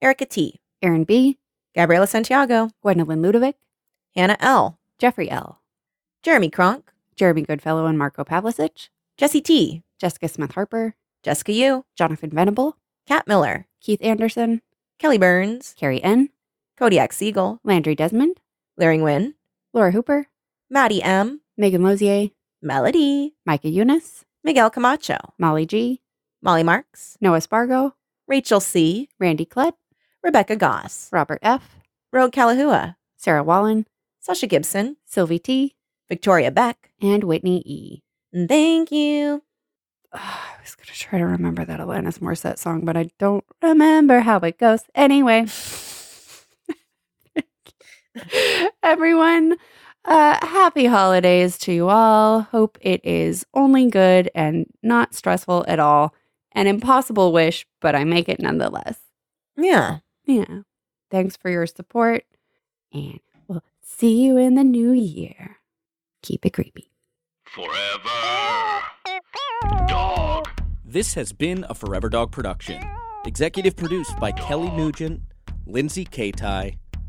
S2: Erica T,
S3: Aaron B,
S2: Gabriela Santiago,
S3: Gwendolyn Ludovic,
S2: Hannah L,
S3: Jeffrey L,
S2: Jeremy Kronk,
S3: Jeremy Goodfellow and Marco Pavlicic,
S2: Jesse T,
S3: Jessica Smith Harper,
S2: Jessica U,
S3: Jonathan Venable,
S2: Kat Miller,
S3: Keith Anderson,
S2: Kelly Burns,
S3: Carrie N,
S2: Kodiak Siegel,
S3: Landry Desmond,
S2: Larry Wynn,
S3: Laura Hooper,
S2: Maddie M,
S3: Megan Lozier,
S2: Melody,
S3: Micah Eunice,
S2: Miguel Camacho,
S3: Molly G,
S2: Molly Marks,
S3: Noah Spargo,
S2: Rachel C,
S3: Randy Klett,
S2: Rebecca Goss,
S3: Robert F,
S2: Rogue Kalahua,
S3: Sarah Wallen,
S2: Sasha Gibson,
S3: Sylvie T,
S2: Victoria Beck,
S3: and Whitney E.
S2: and thank you.
S3: I was going to try to remember that Alanis Morissette song, but I don't remember how it goes. Anyway, everyone, uh, happy holidays to you all. Hope it is only good and not stressful at all. An impossible wish, but I make it nonetheless.
S2: Yeah.
S3: Yeah. Thanks for your support, and we'll see you in the new year. Keep it creepy.
S1: Forever. Dog.
S5: This has been a Forever Dog production. Executive produced by Kelly Nugent, Lindsay Katai,